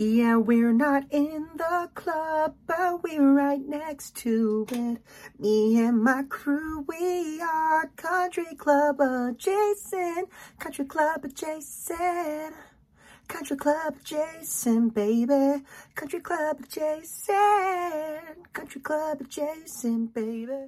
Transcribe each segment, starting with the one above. Yeah, we're not in the club, but we're right next to it. Me and my crew, we are country club adjacent. Country club adjacent. Country club adjacent, baby. Country club adjacent. Country club adjacent, baby.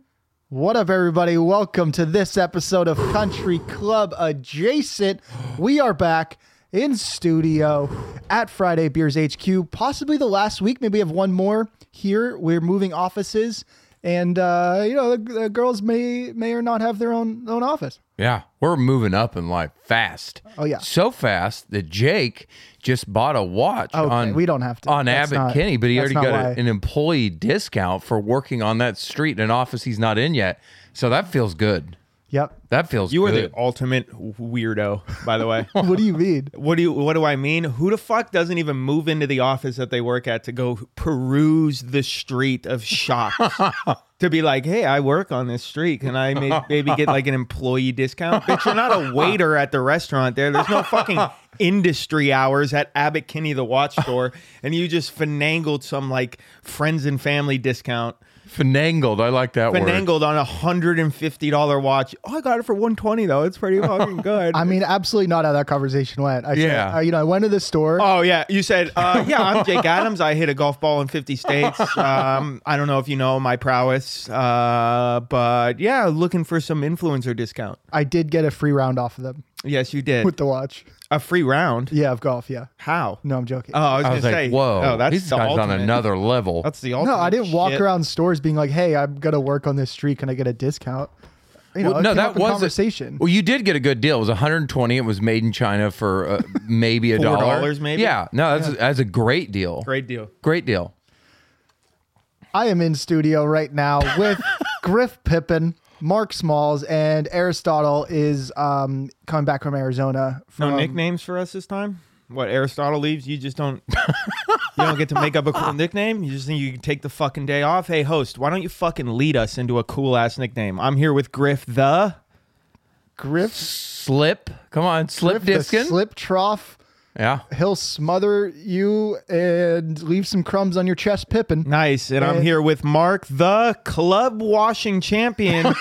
What up, everybody? Welcome to this episode of Country Club Adjacent. We are back in studio at Friday Beers HQ. Possibly the last week. Maybe we have one more here. We're moving offices, and uh, you know the, the girls may may or not have their own own office. Yeah, we're moving up in life fast. Oh, yeah. so fast that Jake just bought a watch Okay, on we don't have to. on That's Abbott not- Kinney, but he that's already not got a- why. an employee discount for working on that street in an office he's not in yet. So that feels good. Yep. That feels You are good. the ultimate weirdo, by the way. What do you mean? what do you what do I mean? Who the fuck doesn't even move into the office that they work at to go peruse the street of shops? to be like, hey, I work on this street. Can I may- maybe get like an employee discount? Bitch, you're not a waiter at the restaurant there. There's no fucking industry hours at Abbott Kinney the watch store. And you just finangled some like friends and family discount. finangled. I like that word. Finangled on a hundred and fifty dollar watch. Oh, I got it for one twenty though. It's pretty fucking good. I mean, absolutely not how that conversation went. I Yeah. said, uh, you know, I went to the store. Oh yeah, you said uh, yeah. I'm Jake Adams. I hit a golf ball in 50 states. Um, I don't know if you know my prowess, uh, but yeah, looking for some influencer discount. I did get a free round off of them Yes, you did with the watch. a free round. Yeah, of golf. Yeah. How? No, I'm joking. Oh, I was, I gonna was like, say, whoa, Oh, that's these the guys on ultimate. another level. That's the no, ultimate. I didn't walk shit. around stores being like, "Hey, I'm gonna work on this street. Can I get a discount?" You know, Well, it no, came that up in was a- conversation. well, you did get a good deal. It was 120. It was made in China for uh, maybe a Four dollar. dollars, maybe? Yeah, no, that's that's a great deal. Great deal. great deal. I am in studio right now with Griff Pippin, Mark Smalls, and Aristotle is um, coming back from Arizona. From, No nicknames for us this time. What Aristotle leaves, you just don't. you don't get to make up a cool nickname. You just think you can take the fucking day off. Hey, host, why don't you fucking lead us into a cool ass nickname? I'm here with Griff the. Griff, Slip, come on, slip Griff the diskin. slip trough. Yeah, He'll smother you and leave some crumbs on your chest, Pippin. Nice. And Hey. I'm here with Mark, the club washing champion,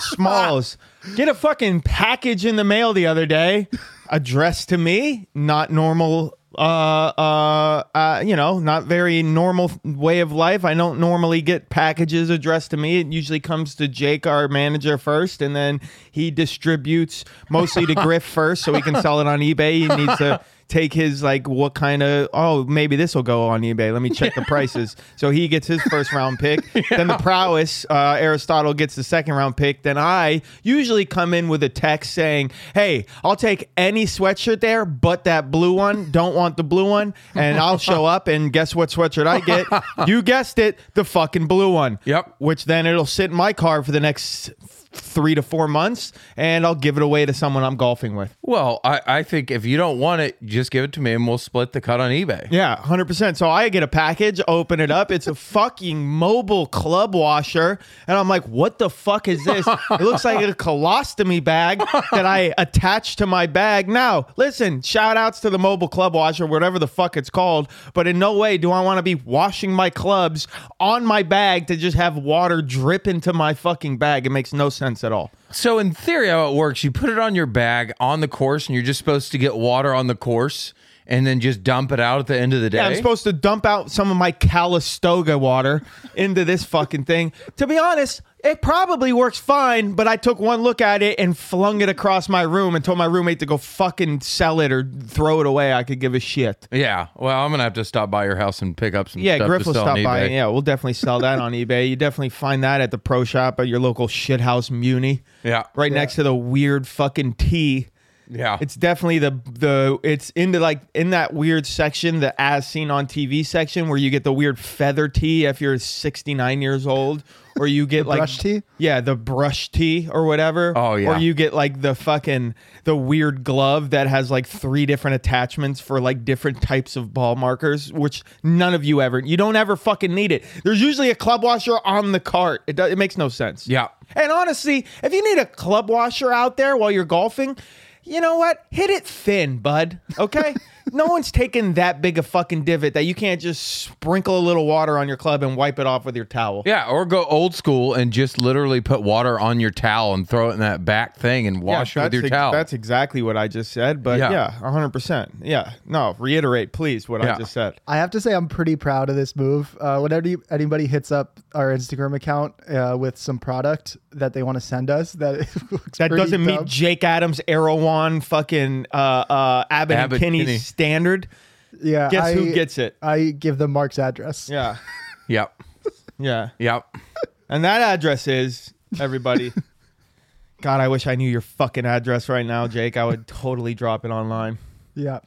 Smalls. Get a fucking package in the mail the other day addressed to me. Not normal, uh, uh, uh, you know, not very normal way of life. I don't normally get packages addressed to me. It usually comes to Jake, our manager, first, and then he distributes mostly to Griff first so he can sell it on eBay. He needs to. take his like what kind of oh maybe this will go on eBay. Let me check the prices. So he gets his first round pick. Then the prowess uh, Aristotle gets the second round pick. Then I usually come in with a text saying, "Hey, I'll take any sweatshirt there, but that blue one. Don't want the blue one." And I'll show up and guess what sweatshirt I get? You guessed it, the fucking blue one. Yep. Which then it'll sit in my car for the next. Three to four months, and I'll give it away to someone I'm golfing with. Well, I, I think if you don't want it, just give it to me and we'll split the cut on eBay. Yeah, 100%. So I get a package, open it up. It's a fucking mobile club washer. And I'm like, what the fuck is this? It looks like a colostomy bag that I attach to my bag. Now, listen, shout outs to the mobile club washer, whatever the fuck it's called. But in no way do I want to be washing my clubs on my bag to just have water drip into my fucking bag. It makes no sense at all. So, in theory, how it works, you put it on your bag on the course and you're just supposed to get water on the course and then just dump it out at the end of the day. Yeah, I'm supposed to dump out some of my Calistoga water into this fucking thing. To be honest, it probably works fine, but I took one look at it and flung it across my room and told my roommate to go fucking sell it or throw it away. I could give a shit. yeah. Well, I'm going to have to stop by your house and pick up some Yeah, stuff. Griff to will sell on stop by. eBay. Yeah, we'll definitely sell that on eBay. You definitely find that at the pro shop at your local shithouse Muni. Yeah. Right next to the weird fucking tea. Yeah. It's definitely the the it's in the like in that weird section, the as seen on TV section, where you get the weird feather tea if you're 69 years old, or you get like brush tea? yeah, the brush tea or whatever. Oh, yeah. or you get like the fucking the weird glove that has like three different attachments for like different types of ball markers, which none of you ever you don't ever fucking need it. There's usually a club washer on the cart. It does, it makes no sense. Yeah. And honestly, if you need a club washer out there while you're golfing, you know what? Hit it thin, bud. Okay? no one's taking that big a fucking divot that you can't just sprinkle a little water on your club and wipe it off with your towel. Yeah, or go old school and just literally put water on your towel and throw it in that back thing and wash it with that's your ex- towel. That's exactly what I just said. But Yeah. yeah, hundred percent. Yeah. No, reiterate, please, what Yeah. I just said. I have to say, I'm pretty proud of this move. Uh, whenever you- anybody hits up our Instagram account uh, with some product that they want to send us, that it looks That pretty doesn't meet dumb. Jake Adams, Erewhon, fucking uh, uh, Abbott, Abbott and Kinney's Kinney. standard. yeah, Guess I, who gets it? I give them Mark's address. Yeah, yep. yeah. Yep. And that address is everybody. God, I wish I knew your fucking address right now, Jake. I would totally drop it online. Yeah.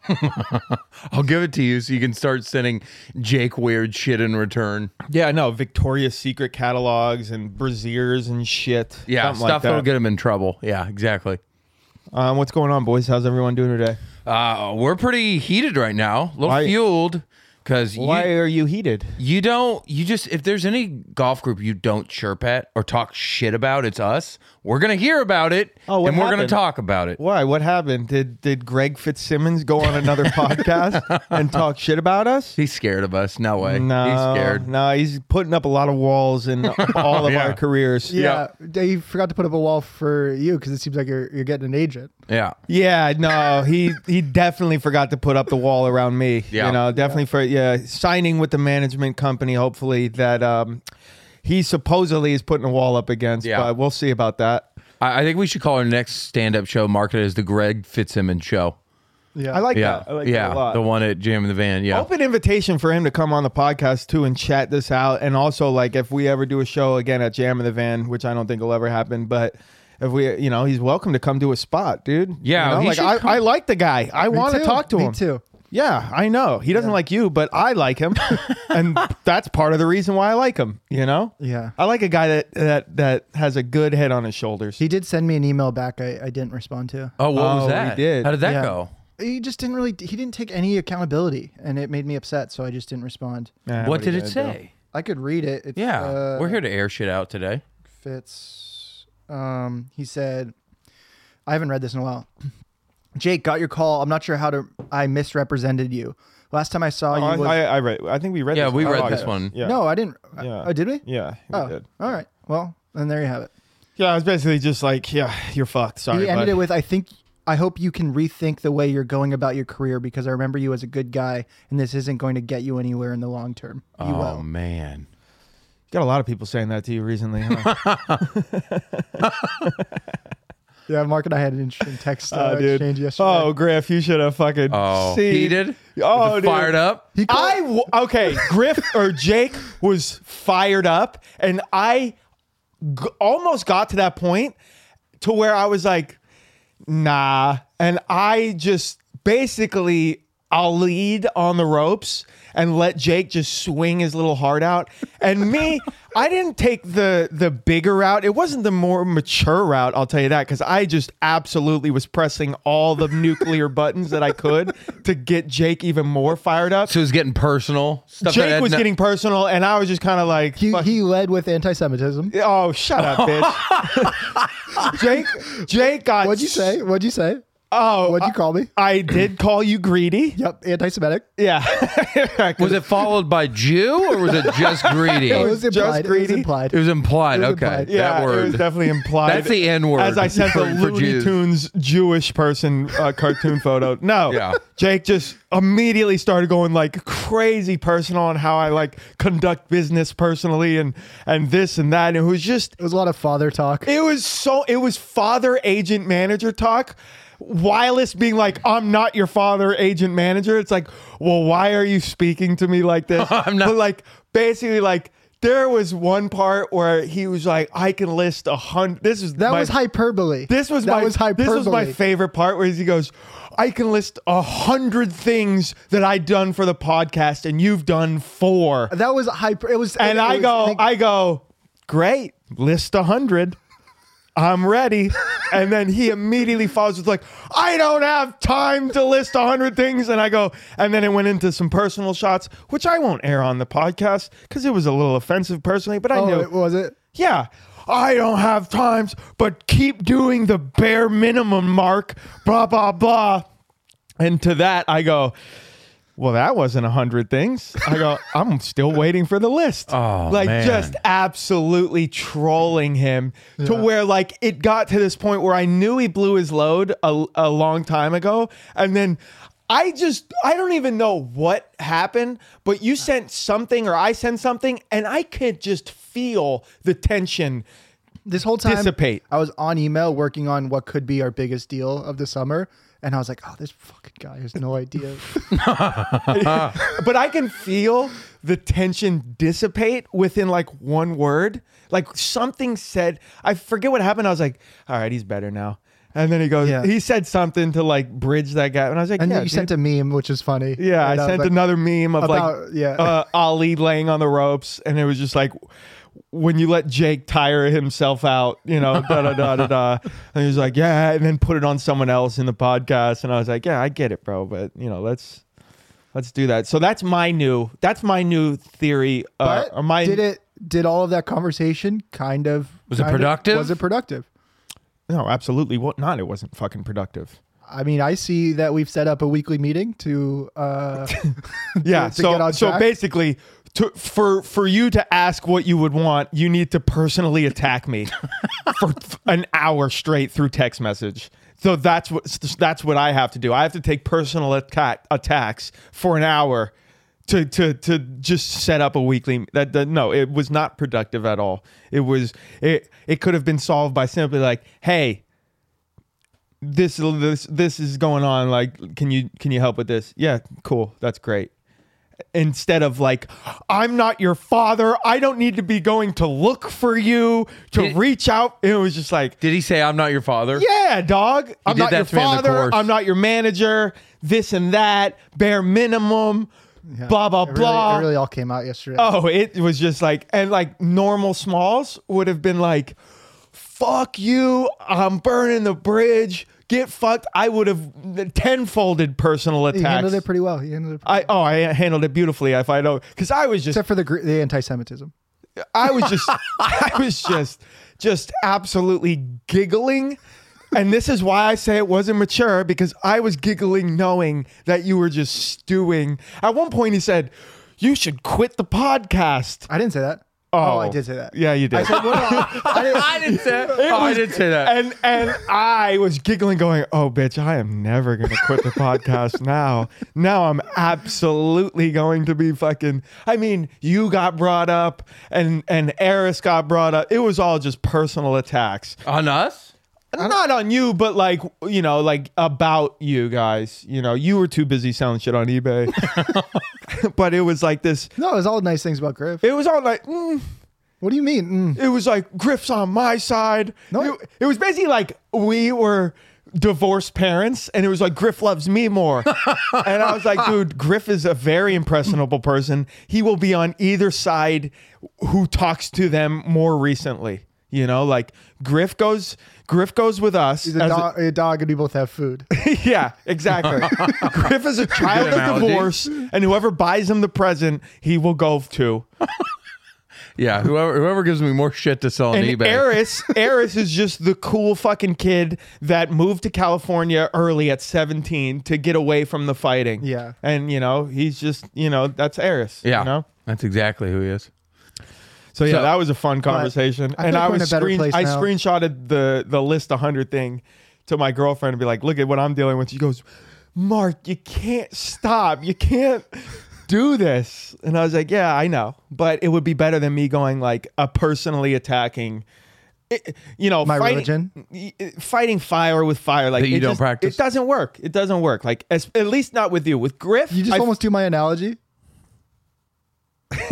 I'll give it to you so you can start sending Jake weird shit in return. Yeah, no, Victoria's Secret catalogs and brassieres and shit. Yeah, Something stuff like that'll that. get him in trouble. Yeah, exactly. Um, what's going on, boys? How's everyone doing today? Uh, we're pretty heated right now, a little Why- fueled because Why you, are you heated? you don't, you just, if there's any golf group you don't chirp at or talk shit about, it's us. We're going to hear about it Oh, what and we're going happened? to talk about it. Why? What happened? Did did Greg Fitzsimmons go on another podcast and talk shit about us? He's scared of us. No way. No, He's scared. No, he's putting up a lot of walls in all of Yeah. our careers. Yeah. They forgot to put up a wall for you because it seems like you're, you're getting an agent. Yeah. Yeah, no, he he definitely forgot to put up the wall around me. Yeah. You know, definitely for yeah, signing with the management company hopefully that um he supposedly is putting a wall up against, Yeah. but we'll see about that. I, I think we should call our next stand up show, market as the Greg Fitzsimmons show. Yeah. I like Yeah. that. I like yeah. that a lot. The one at Jam in the Van. Yeah. Open invitation for him to come on the podcast too and chat this out. And also, like, if we ever do a show again at Jam in the Van, which I don't think will ever happen, but if we, you know, he's welcome to come to a spot, dude. Yeah, You know, he like should I, come- I like the guy. I want to too. talk to Me him too. Yeah, I know he doesn't like you, but I like him, and that's part of the reason why I like him. You know. Yeah. I like a guy that that that has a good head on his shoulders. He did send me an email back I, I didn't respond to. Oh, what Oh, was we that? did. How did that Yeah. go? He just didn't really, he didn't take any accountability and it made me upset. So I just didn't respond. Nah, what are did you it gonna do? say? I could read it. It's, Yeah. uh, We're here to air shit out today. Fitz. Um, he said, I haven't read this in a while. Jake, got your call. I'm not sure how to. I misrepresented you. Last time I saw Oh, I, you was. I, I read. I think we read. Yeah, this we one. read Oh, this yes. one. Yeah. No, I didn't. I- Yeah. oh, did we? Yeah. We Oh, did. all right. Well, then there you have it. Yeah, I was basically just like, yeah, you're fucked. Sorry. he ended bud. it with, I think. I hope you can rethink the way you're going about your career because I remember you as a good guy, and this isn't going to get you anywhere in the long term. Uh, You oh, will. man. Got a lot of people saying that to you recently. Huh? Yeah, Mark and I had an interesting text uh, Oh, exchange yesterday. Oh, Griff, you should have fucking Oh, seen. heated. Oh, dude. fired up. He called- I w- okay, Griff or Jake was fired up, and I g- almost got to that point to where I was like, nah, and I just basically I'll lead on the ropes and let Jake just swing his little heart out, and me, I didn't take the the bigger route. It wasn't the more mature route. I'll tell you that because I just absolutely was pressing all the nuclear buttons that I could to get Jake even more fired up. So it was getting personal. Stuff that Jake had was no- getting personal, and I was just kind of like, he, fuck- he led with anti-Semitism. "Oh, shut up, bitch." Jake, Jake got. What'd you s- say? What'd you say? Oh, What'd you call me? I, I did call you greedy. Yep, anti-Semitic. Yeah, Was it followed by Jew or was it just greedy? It it was was, just implied. It was greedy. implied. implied. It was okay. implied. Yeah, that it word. was definitely implied. That's the N word As I sent the for- for Looney Jews. Tunes Jewish person uh, cartoon photo. No, Yeah. Jake just immediately started going like crazy personal on how I like conduct business personally and and this and that. And it was just It was a lot of father talk. It was so. It was father agent manager talk. While it's being like, I'm not your father agent manager. It's like, well, why are you speaking to me like this? I'm not- But like, basically, like there was one part where he was like, I can list a hundred. This is that my- was hyperbole. This was that my was hyperbole. This was my favorite part where he goes, I can list a hundred things that I done for the podcast and you've done four. that was hyper. It was, And it I was go, like- I go, great, list a hundred. I'm ready. and then he immediately follows with like, I don't have time to list a hundred things. And I go, and then it went into some personal shots, which I won't air on the podcast because it was a little offensive personally, but I oh, knew it was it. yeah. I don't have times, but keep doing the bare minimum, Mark. Blah, blah, blah. And to that, I go, well, that wasn't a hundred things. I go, I'm still waiting for the list. Oh, like man. just absolutely trolling him to where like it got to this point where I knew he blew his load a, a long time ago, and then I just I don't even know what happened, but you sent something or I sent something, and I could just feel the tension. this whole time Dissipate. I was on email working on what could be our biggest deal of the summer, and I was like, "Oh, this fucking guy has no idea." but I can feel the tension dissipate within like one word. Like something said, I forget what happened. I was like, all right, he's better now. And then he goes, Yeah. he said something to like bridge that gap. And I was like, And yeah, you dude. sent a meme, which is funny. yeah, I And was sent like, another meme of about- like yeah. uh, Ali laying on the ropes. And it was just like, when you let Jake tire himself out, you know, da da da da da. And he was like, yeah. And then put it on someone else in the podcast. And I was like, yeah, I get it, bro. But, you know, let's. Let's do that. So that's my new that's my new theory. Uh, But or my did it? Did all of that conversation kind of Was it kind of- productive? was it productive? no, absolutely wa- not. It wasn't fucking productive. I mean, I see that we've set up a weekly meeting to. Uh, Yeah. to so get on so track? basically, to, for for you to ask what you would want, you need to personally attack me for f- an hour straight through text message. So that's what that's what I have to do. I have to take personal attack attacks for an hour to to to just set up a weekly. That, that no, it was not productive at all. It was it it could have been solved by simply like, hey, this this this is going on like can you can you help with this yeah cool that's great instead of like i'm not your father i don't need to be going to look for you to Did- reach out it was just like Did he say I'm not your father? yeah dog i'm did not that your to me on the father course. i'm not your manager this and that bare minimum blah blah it really- blah It really all came out yesterday. Oh, it was just like, and like normal smalls would have been like, fuck you, I'm burning the bridge, get fucked. I would have uh, tenfolded personal he handled attacks. it pretty well. He handled it pretty I, oh, I handled it beautifully. If I don't, because I was just, except for the gr- the anti-Semitism. I was just, I was just, just absolutely giggling. And this is why I say it wasn't mature because I was giggling knowing that you were just stewing. At one point, he said, You should quit the podcast. I didn't say that. Oh, I did say that. Yeah, you did. I said, "What do I- I didn't- I didn't say. oh, I didn't say that. and and I was giggling, going, "Oh, bitch, I am never gonna quit the podcast now. Now I'm absolutely going to be fucking." I mean, you got brought up, and and Eris got brought up. It was all just personal attacks, On us? not on you, but like you know, like about you guys. You know, you were too busy selling shit on eBay, but it was like this. no, it was all nice things about Griff. It was all like. Mm, What do you mean? Mm. it was like Griff's on my side. No. It, it was basically like we were divorced parents, and it was like Griff loves me more. and I was like, dude, Griff is a very impressionable person. He will be on either side who talks to them more recently. You know, like Griff goes, Griff goes with us. He's a, as a- dog, a dog, and we both have food. yeah, exactly. Griff is a child Good of analogy. divorce, and whoever buys him the present, he will go to. Yeah. Whoever whoever gives me more shit to sell on And eBay. Eris, Eris is just the cool fucking kid that moved to California early at 17 to get away from the fighting. Yeah. And, you know, he's just, you know, that's Eris. yeah. You know? That's exactly who he is. So, yeah, So- that was a fun conversation. I feel and like I we're in was a better screen- place I now. screenshotted the, the list 100 thing to my girlfriend and be like, look at what I'm dealing with. She goes, Mark, you can't stop. You can't do this. And I was like, yeah, I know. But it would be better than me going like a personally attacking. It, you know, My fighting, religion? y- y- fighting fire with fire, like That you it don't just- practice? It doesn't work. It doesn't work. Like as, at least not with you. With Griff, You just I- almost do my analogy.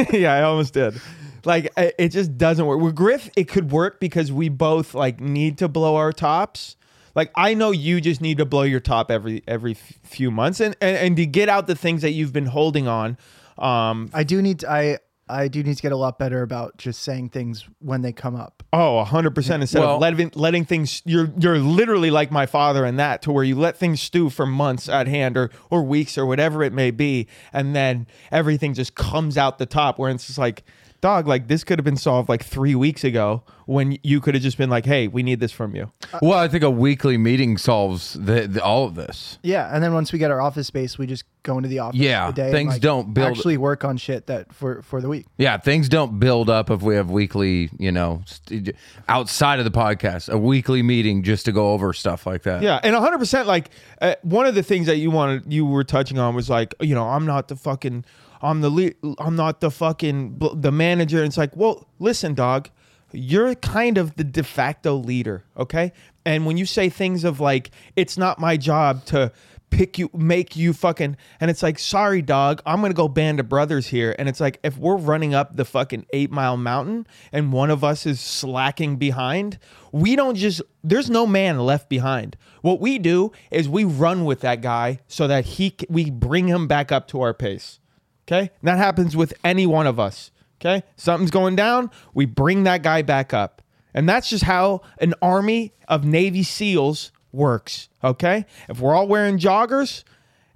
yeah, I almost did. Like I- it just doesn't work. With Griff, it could work because we both like need to blow our tops. Like I know you just need to blow your top every every f- few months and, and and to get out the things that you've been holding on. Um I do need to, I I do need to get a lot better about just saying things when they come up. oh, 100% instead Well- of letting letting things you're you're literally like my father in that to where you let things stew for months at hand or or weeks or whatever it may be and then everything just comes out the top where it's just like dog, like this could have been solved like three weeks ago when you could have just been like, hey, we need this from you. Well, I think a weekly meeting solves the, the, all of this. Yeah, and then once we get our office space, we just go into the office. Yeah, a day and, things like, don't build- Actually, work on shit that for for the week. Yeah, things don't build up if we have weekly, you know, st- outside of the podcast, a weekly meeting just to go over stuff like that. Yeah, and 100 percent. Like uh, one of the things that you wanted, you were touching on was like, you know, I'm not the fucking, I'm the lead, I'm not the fucking bl- the manager. And it's like, well, listen, dog, you're kind of the de facto leader, okay? And when you say things of like, it's not my job to pick you, make you fucking, and it's like, sorry, dog, I'm gonna go band of brothers here. And it's like, if we're running up the fucking eight mile mountain and one of us is slacking behind, we don't just, there's no man left behind. What we do is we run with that guy so that he, c- we bring him back up to our pace. Okay. And that happens with any one of us. Okay. Something's going down. We bring that guy back up. And that's just how an army of Navy SEALs works. Okay. If we're all wearing joggers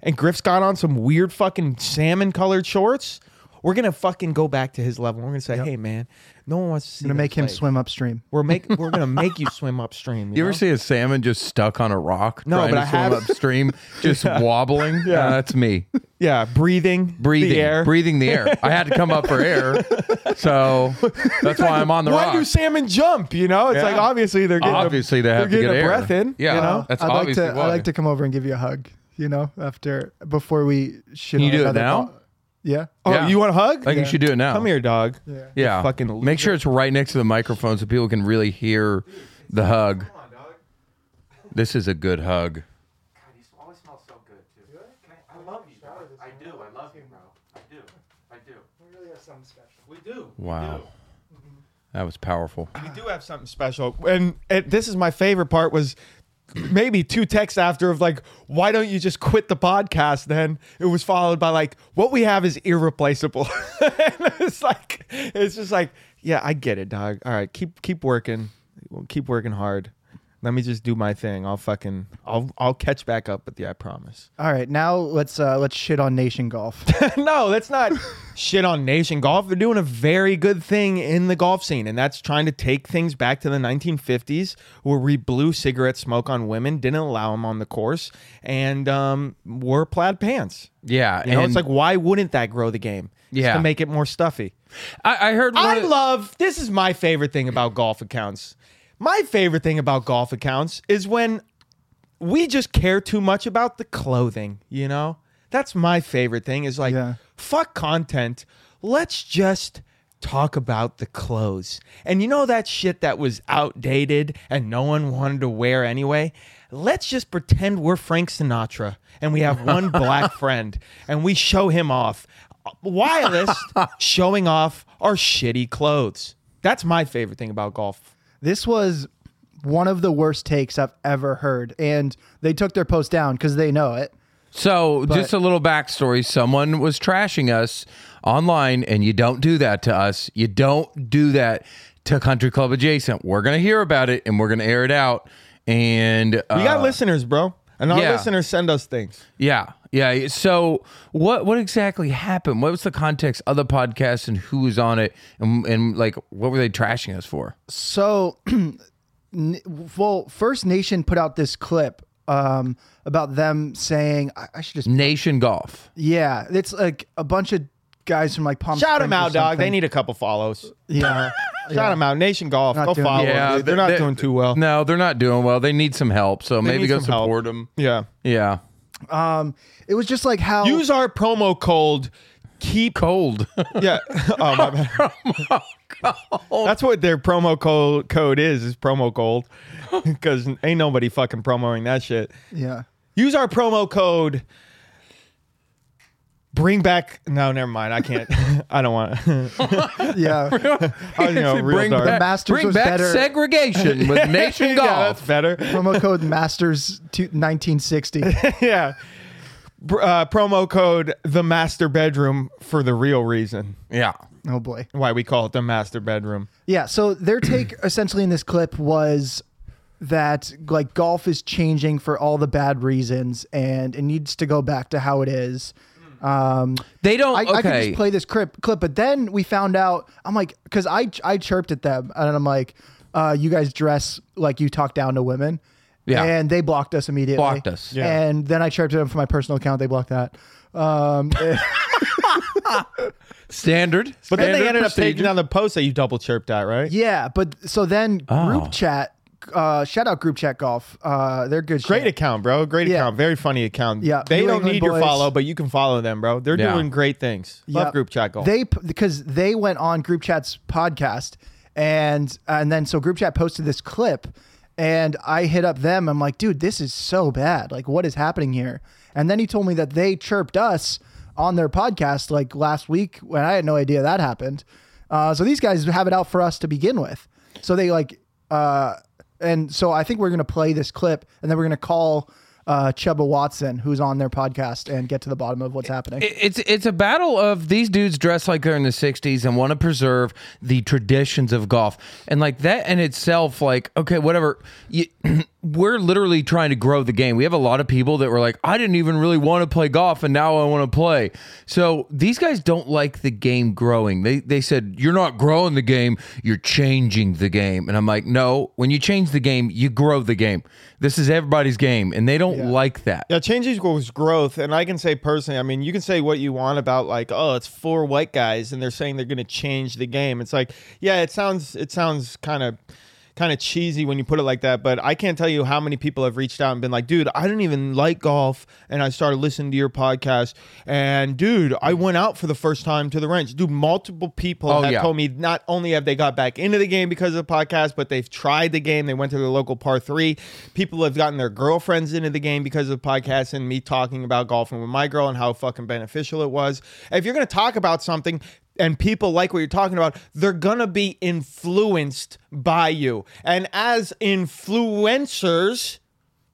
and Griff's got on some weird fucking salmon colored shorts, we're going to fucking go back to his level. We're going to say, hey, man, no one wants to see Gonna that make him play. swim upstream. We're, make, we're going to make you swim upstream. You know? ever see a salmon just stuck on a rock No, trying but to I swim have- upstream, just wobbling? Yeah, that's me. Yeah. Breathing. Breathing, The air. breathing the air. I had to come up for air, so that's why I'm on the Why rock. do salmon jump? You know, it's Yeah. like obviously they're getting Obviously, they a, have to they're get getting air. a breath in. Yeah, you know, that's I'd like obviously to. why. I'd like to come over and give you a hug. You know, after before we should. Can you do it now? Yeah. Oh, Yeah. you want a hug? I think Yeah. you should do it now. Come here, dog. Yeah. fucking Make loser. sure it's right next to the microphone so people can really hear the hug. This is a good hug. God, you always smell so good too. Can I, I love you, bro. I do. I love you, bro. I do. I do. We do. Wow. That was powerful. We do have something special, and it, this is my favorite part. Was maybe two texts after of like, why don't you just quit the podcast? Then it was followed by like, what we have is irreplaceable. and it's like, it's just like, yeah, I get it, dog. All right, keep keep working, Well, keep working hard. Let me just do my thing. I'll fucking, I'll I'll catch back up with you. I promise. All right. Now let's uh let's shit on Nation Golf. no, that's not shit on Nation Golf. They're doing a very good thing in the golf scene, and that's trying to take things back to the 1950s where we blew cigarette smoke on women, didn't allow them on the course, and um, wore plaid pants. Yeah. You know, and it's like, why wouldn't that grow the game? Just Yeah. To make it more stuffy. I, I heard one I of- love this is my favorite thing about golf accounts. My favorite thing about golf accounts is when we just care too much about the clothing, you know? That's my favorite thing is like Yeah. fuck content. Let's just talk about the clothes. And you know that shit that was outdated and no one wanted to wear anyway? Let's just pretend we're Frank Sinatra and we have one black friend and we show him off. Wireless showing off our shitty clothes. That's my favorite thing about golf. this was one of the worst takes I've ever heard, and they took their post down because they know it. So, just a little backstory someone was trashing us online, and you don't do that to us. You don't do that to Country Club Adjacent. We're going to hear about it and we're going to air it out. And uh, We got listeners, bro. And our yeah. listeners send us things. Yeah, yeah. So what what exactly happened? What was the context of the podcast and who was on it and and like what were they trashing us for? So, n- well, First Nation put out this clip um about them saying, I, I should just Nation Golf. Yeah, it's like a bunch of guys from like Palm. Shout them Springs or out, dog. They something. need a couple follows. Yeah, Shout them out, Nation Golf. Not go doing follow. well. them, dude. Oh, They're not they- doing too well. No, they're not doing well. They need some help. So They maybe need go some help. support them. Yeah. Yeah. um, it was just like how Use our promo code. Keep. Cold. Yeah. Oh my bad. That's what their promo code code is. Is promo gold. Because ain't nobody fucking promoting that shit. yeah. Use our promo code. Bring back. No, never mind. I can't. I don't want. Yeah, I was, you know, real bring dark. back, Masters bring was back better. segregation with Nation Yeah, that's Golf. better. promo code Masters to 1960. yeah. Br- Uh, promo code the master bedroom for the real reason Yeah. Oh boy. why we call it the master bedroom. Yeah. So their take essentially in this clip was that like golf is changing for all the bad reasons and it needs to go back to how it is. Um, They don't. I, okay. I could just play this clip, clip, but then we found out. I'm like, because I I chirped at them, and I'm like, uh, you guys dress like you talk down to women. Yeah. And they blocked us immediately. Blocked us. Yeah. And then I chirped at them for my personal account. They blocked that. Um, Standard. But then they Standard ended up procedure. taking down the post that you double chirped at, right? yeah. But so then Oh. group chat, uh, shout out group chat golf. Uh, they're good. Great shit. account, bro. Great Yeah. account. Very funny account. Yeah. They New don't England need your boys. follow, but you can follow them, bro. They're Yeah. doing great things. Love Yeah. group chat golf. They because they went on group chat's podcast and and then so group chat posted this clip and I hit up them. I'm like, dude, this is so bad. Like, what is happening here? And then he told me that they chirped us on their podcast like last week when I had no idea that happened. Uh, so these guys have it out for us to begin with. So they like, uh, and so I think we're gonna play this clip and then we're gonna call uh, Chuba Watson, who's on their podcast, and get to the bottom of what's happening. It- It's it's a battle of these dudes dress like they're in the '60s and want to preserve the traditions of golf, and like that in itself, like okay, whatever. You, we're literally trying to grow the game. We have a lot of people that were like, I didn't even really want to play golf, and now I want to play. So these guys don't like the game growing. They they said you're not growing the game, you're changing the game, and I'm like, no. When you change the game, you grow the game. This is everybody's game, and they don't like that. Yeah, change equals growth. And I can say personally, I mean, you can say what you want about like, oh, it's four white guys and they're saying they're gonna change the game. It's like, yeah, it sounds it sounds kind of kind of cheesy when you put it like that, but I can't tell you how many people have reached out and been like, dude, I didn't even like golf and I started listening to your podcast and dude, I went out for the first time to the range. Dude, multiple people Oh, have yeah. told me not only have they got back into the game because of the podcast, but they've tried the game. They went to their local par three. People have gotten their girlfriends into the game because of the podcast and me talking about golfing with my girl and how fucking beneficial it was. If you're going to talk about something, and people like what you're talking about, they're gonna be influenced by you. And as influencers,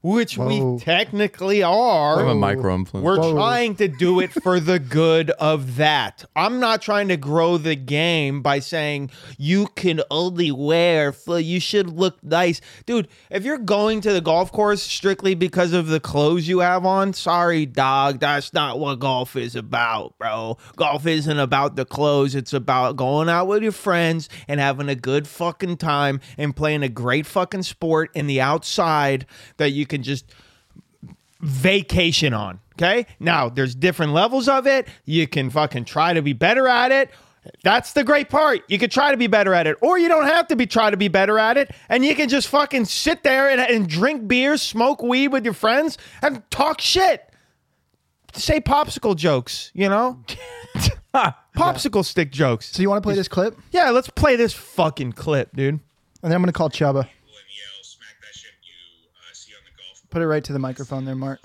which Whoa. we technically are, I'm a micro influencer. we're Whoa. trying to do it for the good of that. I'm not trying to grow the game by saying you can only wear, fl- you should look nice. Dude, if you're going to the golf course strictly because of the clothes you have on, sorry, dog, that's not what golf is about, bro. Golf isn't about the clothes, it's about going out with your friends and having a good fucking time and playing a great fucking sport in the outside that you can just vacation on. Okay. Now there's different levels of it. You can fucking try to be better at it. That's the great part. You can try to be better at it, or you don't have to be try to be better at it, and you can just fucking sit there and, and drink beer, smoke weed with your friends, and talk shit. Say popsicle jokes, you know? popsicle stick jokes. so you want to play this clip? Yeah, let's play this fucking clip, dude. And then I'm going to call Chuba. and yell, smack that shit you uh, see on the golf Put it right to the microphone there, Mark.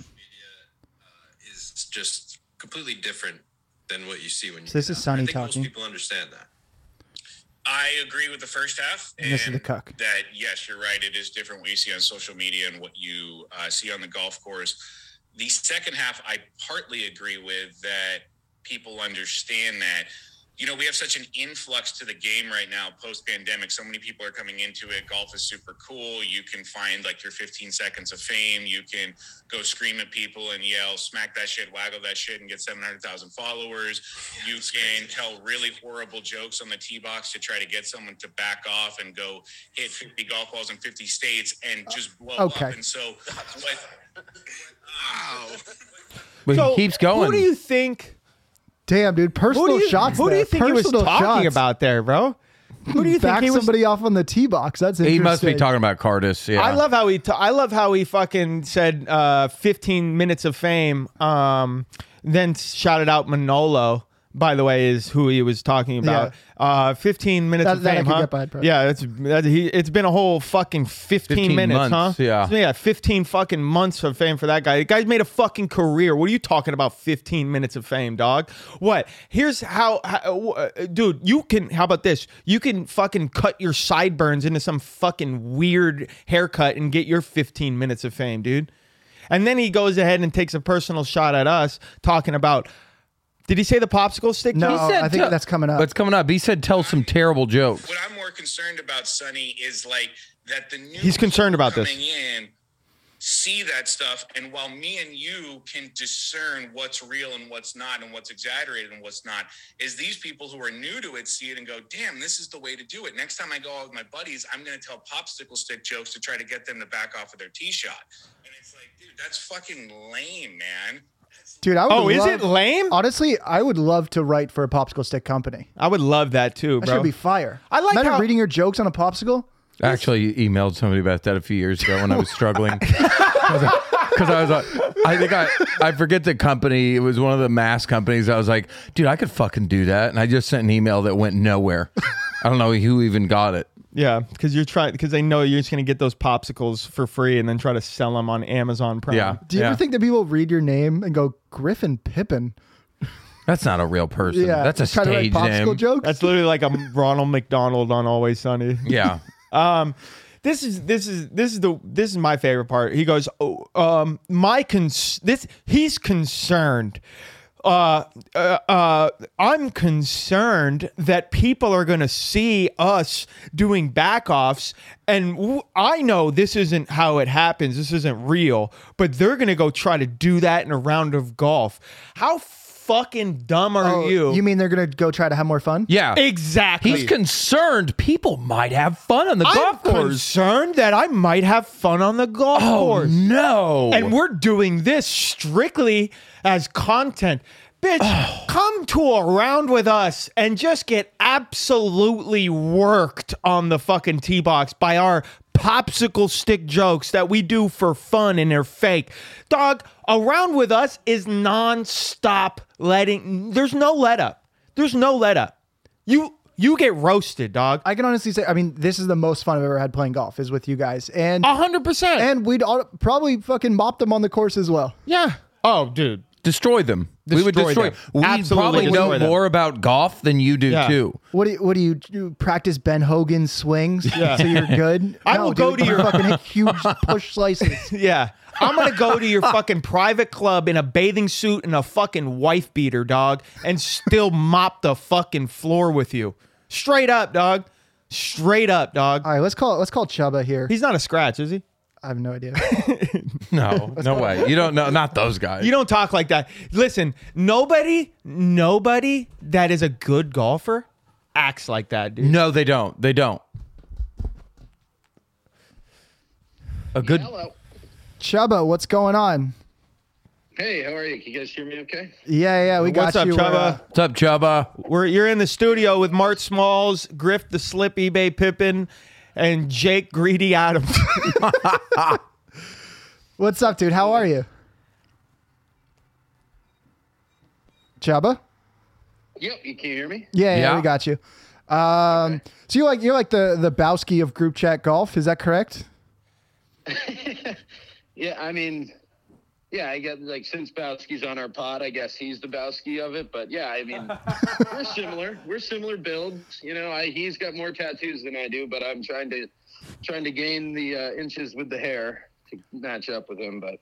is just completely different than what you see when you. this get is out. Sonny I think talking. Most people understand that. I agree with the first half. And this is the cuck. That yes, you're right. It is different what you see on social media and what you uh, see on the golf course. The second half, I partly agree with that. People understand that. You know, we have such an influx to the game right now post pandemic. So many people are coming into it. Golf is super cool. You can find like your 15 seconds of fame. You can go scream at people and yell, smack that shit, waggle that shit, and get 700,000 followers. You can tell really horrible jokes on the tee box to try to get someone to back off and go hit 50 golf balls in 50 states and just blow Uh, Okay. up. And so, but, Ow. But So, he keeps going. Who do you think? Damn, dude. Who Personal do you, shots. who do there. you think he was Personal talking shots. about there, bro? Who do you think Back he was somebody off on the tee box. That's interesting. he must be talking about Cardis. Yeah. I love how he. T- I love how he fucking said uh, 15 minutes of fame. Um, then shouted out Manolo. By the way, is who he was talking about. Uh, 15 minutes That- of that I fame, could huh? get by, bro. yeah, it's that, he, it's been a whole fucking 15, 15 minutes, months, huh? yeah. So, yeah, 15 fucking months of fame for that guy. The guy's made a fucking career. What are you talking about? 15 minutes of fame, dog. What? Here's how, how uh, dude. You can. How about this? You can fucking cut your sideburns into some fucking weird haircut and get your 15 minutes of fame, dude. And then he goes ahead and takes a personal shot at us, talking about. Did he say the popsicle stick? No, joke? I think tell- that's coming up. That's coming up. He said, "Tell some terrible jokes." what I'm more concerned about, Sonny, is like that the new He's concerned about this. coming in see that stuff. And while me and you can discern what's real and what's not, and what's exaggerated and what's not, is these people who are new to it see it and go, damn, this is the way to do it. Next time I go out with my buddies, I'm going to tell popsicle stick jokes to try to get them to back off of their tee shot. And it's like, dude, that's fucking lame, man. Dude, I would Oh, is love- it lame? Honestly, I would love to write for a popsicle stick company. I would love that too, That bro. should be fire. I like Imagine how- reading your jokes on a popsicle. Actually, you emailed somebody about that a few years ago when I was struggling. Because I was like, I think I, I forget the company. It was one of the mass companies. I was like, dude, I could fucking do that. And I just sent an email that went nowhere. I don't know who even got it. yeah, because you're trying because they know you're just gonna get those popsicles for free and then try to sell them on Amazon Prime. Yeah. Do you Yeah. ever think that people read your name and go Griffin Pippin? That's not a real person. Yeah, That's a trying stage to write popsicle name. jokes. that's literally like a Ronald McDonald on Always Sunny. Yeah. Um, this is this is this is the this is my favorite part. He goes, oh, um, my cons this he's concerned. Uh, uh, uh, I'm concerned that people are going to see us doing backoffs, and w- I know this isn't how it happens. This isn't real, but they're going to go try to do that in a round of golf. How fucking dumb are Oh, you? You mean they're gonna go try to have more fun? Yeah. exactly. He's concerned people might have fun on the I'm golf course. concerned that I might have fun on the golf Oh, course. no. And we're doing this strictly as content. Bitch, come to a round with us and just get absolutely worked on the fucking tee box by our popsicle stick jokes that we do for fun and they're fake. Dog, a round with us is non-stop letting there's no let up. There's no let up. You you get roasted, dog. I can honestly say, I mean, this is the most fun I've ever had playing golf is with you guys, and A hundred percent. and we'd all, probably fucking mop them on the course as well. Yeah. Oh, dude. destroy them. we would Destroy destroy. them. We Absolutely probably destroy know them. more about golf than you do Yeah. too. What do you, what do you, you practice Ben Hogan's swings so you're good? I will go to your- fucking huge push slices. Yeah. I'm gonna go to your fucking private club in a bathing suit and a fucking wife beater, dog, and still mop the fucking floor with you. Straight up, dog. Straight up, dog. All right, let's call let's call Chuba here. He's not a scratch, is he? I have no idea. No, no way. You don't know. Not those guys. You don't talk like that. Listen, nobody, nobody that is a good golfer acts like that, dude. no, they don't. They don't. A good. Hello. Chuba, what's going on? Hey, how are you? Can you guys hear me okay? Yeah, yeah, we got What's up, you. We're, Chuba? uh, What's up, Chuba? We're you're in the studio with Mart Smalls, Griff the Slip, eBay Pippin, and Jake Greedy Adams. what's up, dude? How are you? Chuba? Yep, you can hear me? Yeah, yeah, Yeah. we got you. Um, so you like you're like the the Bowski of group chat golf. Is that correct? Yeah, I mean, yeah, I get like since Bowski's on our pod, I guess he's the Bowski of it. But yeah, I mean, we're similar. We're similar builds. You know, I, he's got more tattoos than I do, but I'm trying to trying to gain the uh, inches with the hair to match up with him. But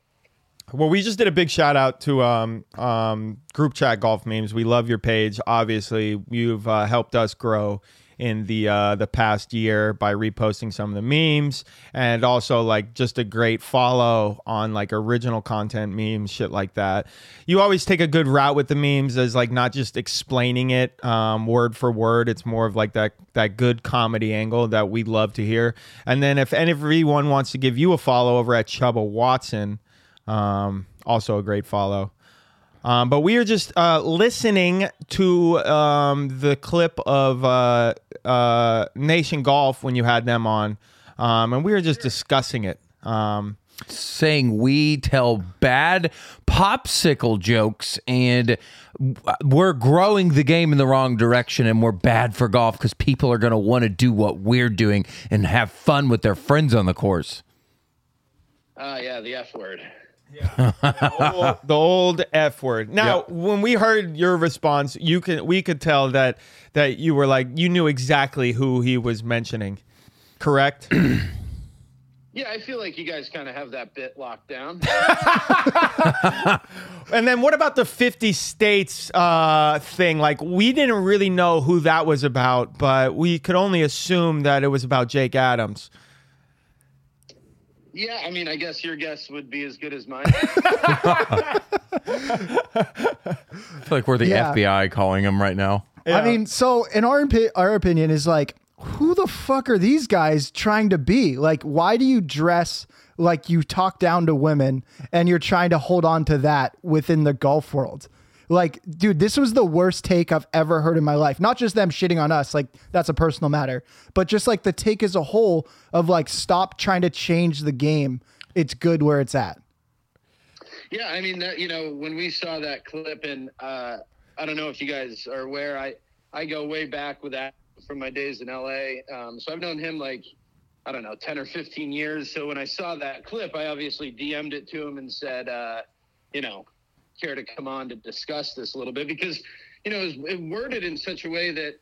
Well, we just did a big shout out to um, um, group chat golf memes. We love your page. Obviously, you've uh, helped us grow in the uh, the past year by reposting some of the memes, and also like just a great follow on like original content memes, shit like that. You always take a good route with the memes as like not just explaining it um, word for word. It's more of like that that good comedy angle that we love to hear. And then if everyone wants to give you a follow over at Chuba Watson. Um, also a great follow. Um, but we are just uh, listening to um, the clip of uh, uh, Nation Golf when you had them on, um, and we were just discussing it. Um, saying we tell bad popsicle jokes and we're growing the game in the wrong direction and we're bad for golf because people are going to want to do what we're doing and have fun with their friends on the course. ah, yeah, the F word. the old F word. Now, Yep. when we heard your response, you can we could tell that that you were like you knew exactly who he was mentioning, correct? Yeah, I feel like you guys kind of have that bit locked down. And then what about the 50 states uh, thing? Like, we didn't really know who that was about, but we could only assume that it was about Jake Adams. Yeah, I mean, I guess your guess would be as good as mine. I feel like we're the Yeah. FBI calling him right now. I mean, so in our impi- our opinion is like, who the fuck are these guys trying to be? Like, why do you dress like you talk down to women and you're trying to hold on to that within the golf world? Like, dude, this was the worst take I've ever heard in my life. Not just them shitting on us, like that's a personal matter, but just like the take as a whole of like, stop trying to change the game. It's good where it's at. Yeah, I mean, that, you know, when we saw that clip, and uh, I don't know if you guys are aware, I I go way back with that from my days in LA. Um, so I've known him like I don't know, ten or fifteen years. So when I saw that clip, I obviously DM'd it to him and said, uh, you know, care to come on to discuss this a little bit because, you know, it was it worded in such a way that,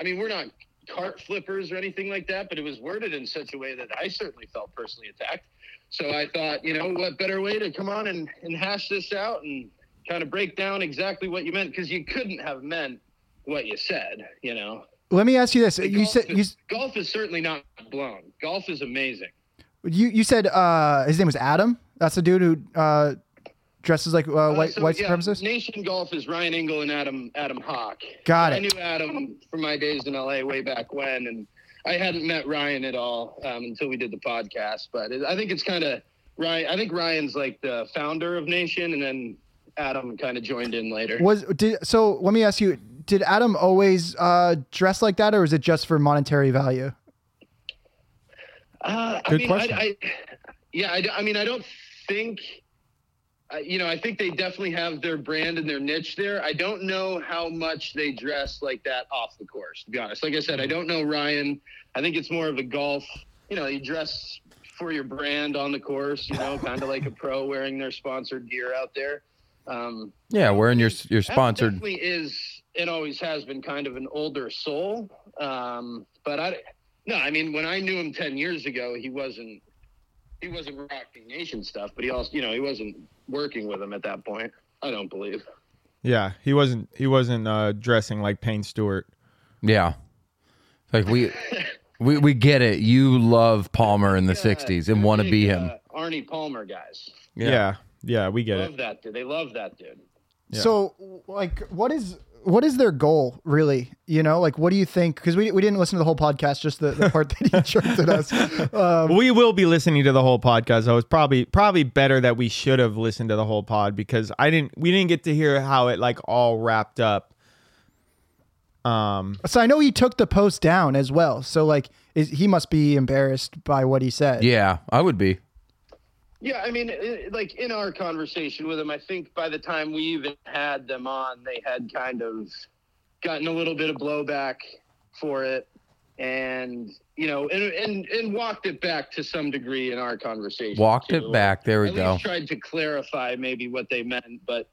I mean, we're not cart flippers or anything like that, but it was worded in such a way that I certainly felt personally attacked. So I thought, you know, what better way to come on and, and hash this out and kind of break down exactly what you meant because you couldn't have meant what you said, you know. Let me ask you this. Like, You golf said, is- you, s- golf is certainly not blown. Golf is amazing. you, you said, uh, his name was Adam. That's the dude who, uh, dresses like uh, Uh, white, so, white yeah, supremacist. Nation Golf is Ryan Engel and Adam Adam Hawk. Got I it. knew Adam from my days in LA way back when, and I hadn't met Ryan at all um, until we did the podcast. But it, I think it's kind of Ryan. I think Ryan's like the founder of Nation, and then Adam kind of joined in later. Was did so? Let me ask you: Did Adam always uh, dress like that, or is it just for monetary value? Uh, I Good mean, question. I, I, yeah, I, d- I mean, I don't think, I- you know, I think they definitely have their brand and their niche there. I don't know how much they dress like that off the course, to be honest. Like I said, I don't know Ryan. I think it's more of a golf, you know, you dress for your brand on the course, you know, kind of like a pro wearing their sponsored gear out there. Um, Yeah, wearing your your that sponsored. Definitely is and always has been kind of an older soul. Um, but I no, I mean when I knew him ten years ago, he wasn't he wasn't rocking nation stuff, but he also you know he wasn't working with him at that point. I don't believe. yeah, he wasn't he wasn't uh, dressing like Payne Stewart. Yeah, like we we we get it. You love Palmer in the '60s and want to Big, be him. uh, Arnie Palmer guys Yeah, yeah, we get love it. that dude. They love that dude. Yeah. So, like, what is what is their goal really? You know, like, what do you think? Because we, we didn't listen to the whole podcast, just the, the part that he jerked at us. Um, We will be listening to the whole podcast. I was probably probably better that we should have listened to the whole pod because I didn't we didn't get to hear how it like all wrapped up. Um so I know he took the post down as well. So like, is, he must be embarrassed by what he said. Yeah, I would be. Yeah, I mean, it, like in our conversation with them, I think by the time we even had them on, they had kind of gotten a little bit of blowback for it, and you know, and and, and walked it back to some degree in our conversation. Walked too. it back. There we At go. least tried to clarify maybe what they meant, but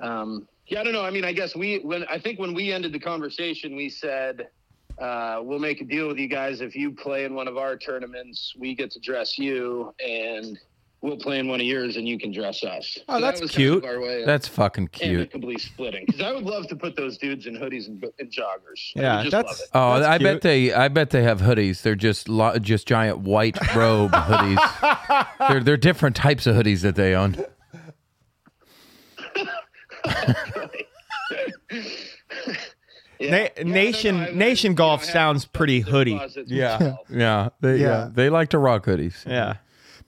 um, yeah, I don't know. I mean, I guess we when I think when we ended the conversation, we said uh, we'll make a deal with you guys if you play in one of our tournaments, we get to dress you, and we'll play in one of yours, and you can dress us. Oh, that's was kind of cute. our way of That's fucking cute. amicably splitting because I would love to put those dudes in hoodies and, and joggers. I would Yeah, just that's- love Oh, it. That's I cute. bet they I bet they have hoodies. They're just lo- just giant white robe hoodies. They're they're different types of hoodies that they own. Na- nation I- I- nation you golf know, I have sounds pretty their hoodie. closets Yeah, myself. yeah, they, yeah. Yeah. They like to rock hoodies. Yeah.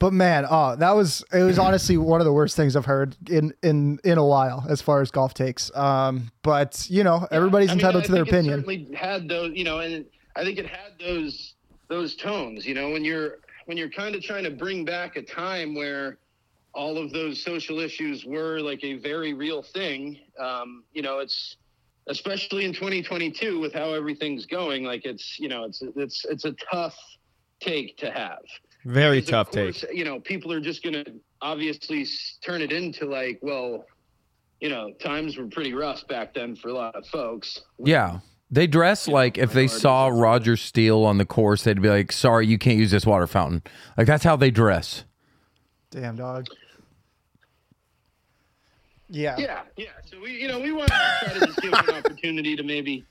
But man, oh, that was it was honestly one of the worst things I've heard in in in a while as far as golf takes. Um, but you know, everybody's I mean, entitled I to their think it opinion. Certainly had those, you know, and I think it had those those tones. You know, when you're when you're kind of trying to bring back a time where all of those social issues were like a very real thing. Um, you know, it's especially in 2022 with how everything's going. Like it's you know it's it's it's a tough take to have. Very Because, tough of take. course, You know, people are just going to obviously s- turn it into like, well, you know, times were pretty rough back then for a lot of folks. Yeah. They dress like if they saw Roger Steele on the course, they'd be like, sorry, you can't use this water fountain. Like, that's how they dress. Damn dog. Yeah. Yeah, yeah. So we, you know, we want to try to just give it an opportunity to maybe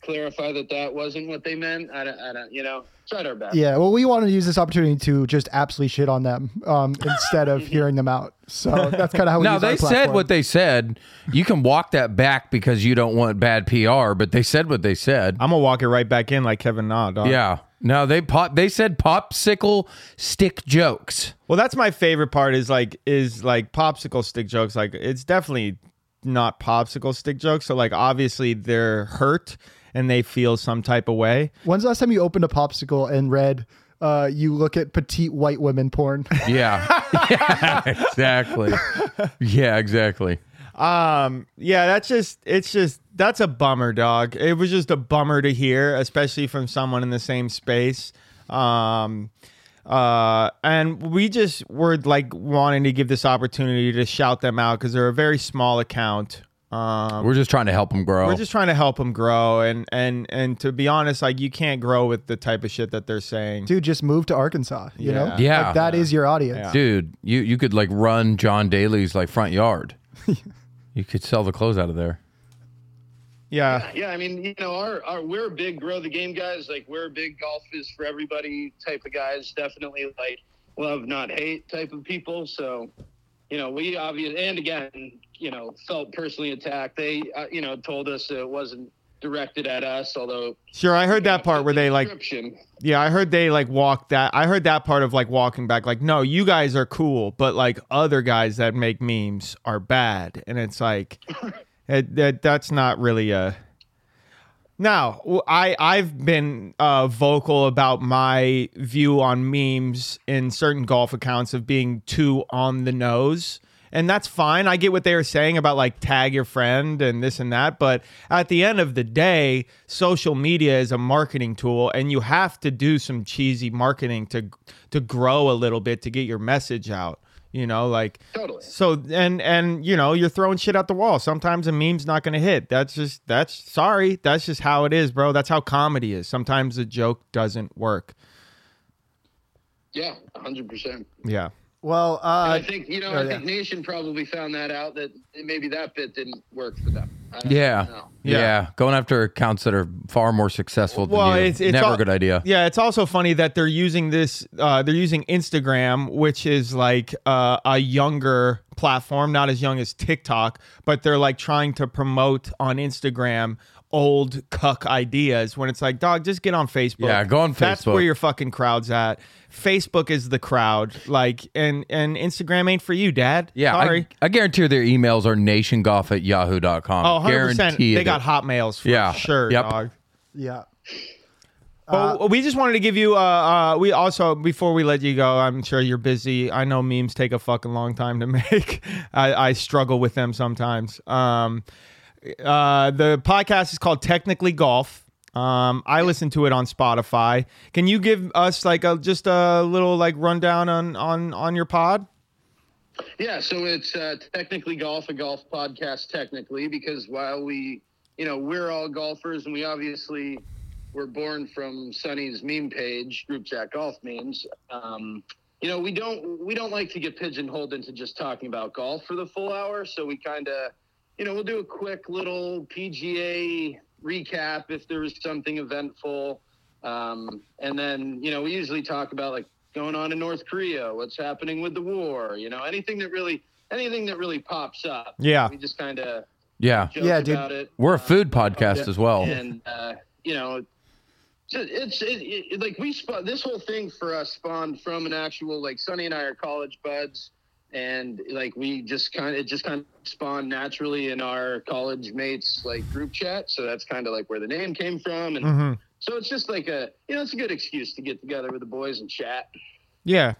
clarify that that wasn't what they meant. I don't, I don't you know, tried our best. Yeah, well, we wanted to use this opportunity to just absolutely shit on them um, instead of hearing them out. So that's kind of how we. No, use our they said platform. what they said. You can walk that back because you don't want bad PR, but they said what they said. I'm gonna walk it right back in like Kevin Na, Uh-huh. dog. Yeah. No, they pop. They said popsicle stick jokes. Well, that's my favorite part is like is like popsicle stick jokes. Like it's definitely not popsicle stick jokes. So like obviously they're hurt and they feel some type of way. When's the last time you opened a popsicle and read? Uh, you look at petite white women porn. Yeah. yeah exactly. Yeah, exactly. Um, yeah, that's just it's just that's a bummer, dog. It was just a bummer to hear, especially from someone in the same space. Um, uh, and we just were like wanting to give this opportunity to shout them out because they're a very small account. Um, We're just trying to help them grow. we're just trying to help them grow, and and and to be honest, like you can't grow with the type of shit that they're saying. Dude, just move to Arkansas. You know, Yeah. Yeah. like, that is your audience. Dude, you you could like run John Daly's like front yard. you could sell the clothes out of there. Yeah, Yeah, I mean, you know, our, our we're big grow the game guys. Like we're big golf is for everybody type of guys. Definitely like love not hate type of people. So, you know, we obviously and again, you know, felt personally attacked. They, uh, you know, told us it wasn't directed at us, although sure. I heard that part where they like description. Yeah, I heard they like walked that. I heard that part of like walking back, like, no, you guys are cool, but like other guys that make memes are bad, and it's like, it, that that's not really a. Now, w- I I've been uh, vocal about my view on memes in certain golf accounts of being too on the nose, and that's fine. I get what they were saying about like tag your friend and this and that, but at the end of the day, social media is a marketing tool, and you have to do some cheesy marketing to to grow a little bit to get your message out. You know, like Totally. so and and you know you're throwing shit out the wall. Sometimes a meme's not gonna hit. That's just that's sorry. That's just how it is, bro. That's how comedy is. Sometimes a joke doesn't work. Yeah, hundred percent. Yeah. Well, I uh, think you know. oh, I yeah. think Nation probably found that out that maybe that bit didn't work for them. I don't Yeah. know. Yeah. Yeah. Going after accounts that are far more successful than Well, you. it's, it's never al- a good idea. Yeah, it's also funny that they're using this. Uh, they're using Instagram, which is like uh, a younger platform, not as young as TikTok, but they're like trying to promote on Instagram old cuck ideas. When it's like, dog, just get on Facebook. Yeah, go on That's Facebook. where your fucking crowd's at. Facebook is the crowd, like, and and Instagram ain't for you, Dad. Yeah, sorry. I, I guarantee their emails are nationgolf at yahoo.com. Oh, 100%. Guarantee They it. got hot mails for Yeah, sure, yep. dog. yeah. But we just wanted to give you. Uh, uh, we also before we let you go, I'm sure you're busy. I know memes take a fucking long time to make. I, I struggle with them sometimes. Um, uh, the podcast is called Technically Golf. Um, I listen to it on Spotify. Can you give us like a just a little like rundown on on on your pod? Yeah, so it's uh, technically golf, a golf podcast, technically, because while we, you know, we're all golfers and we obviously were born from Sonny's meme page, group chat golf memes. Um, you know, we don't we don't like to get pigeonholed into just talking about golf for the full hour, so we kind of, you know, we'll do a quick little PGA recap if there was something eventful. Um, and then, you know, we usually talk about like going on in North Korea, what's happening with the war, you know, anything that really, anything that really pops up. Yeah. We just kind of yeah. joke Yeah, dude. about it. We're a food podcast yeah. as well. And, uh, you know, so it's it, it, like we spot this whole thing for us spawned from an actual like Sonny and I are college buds, and like we just kind of it just kind of spawned naturally in our college mates like group chat. So that's kind of like where the name came from, Mm. and Mm-hmm. so it's just like a you know it's a good excuse to get together with the boys and chat. Yeah.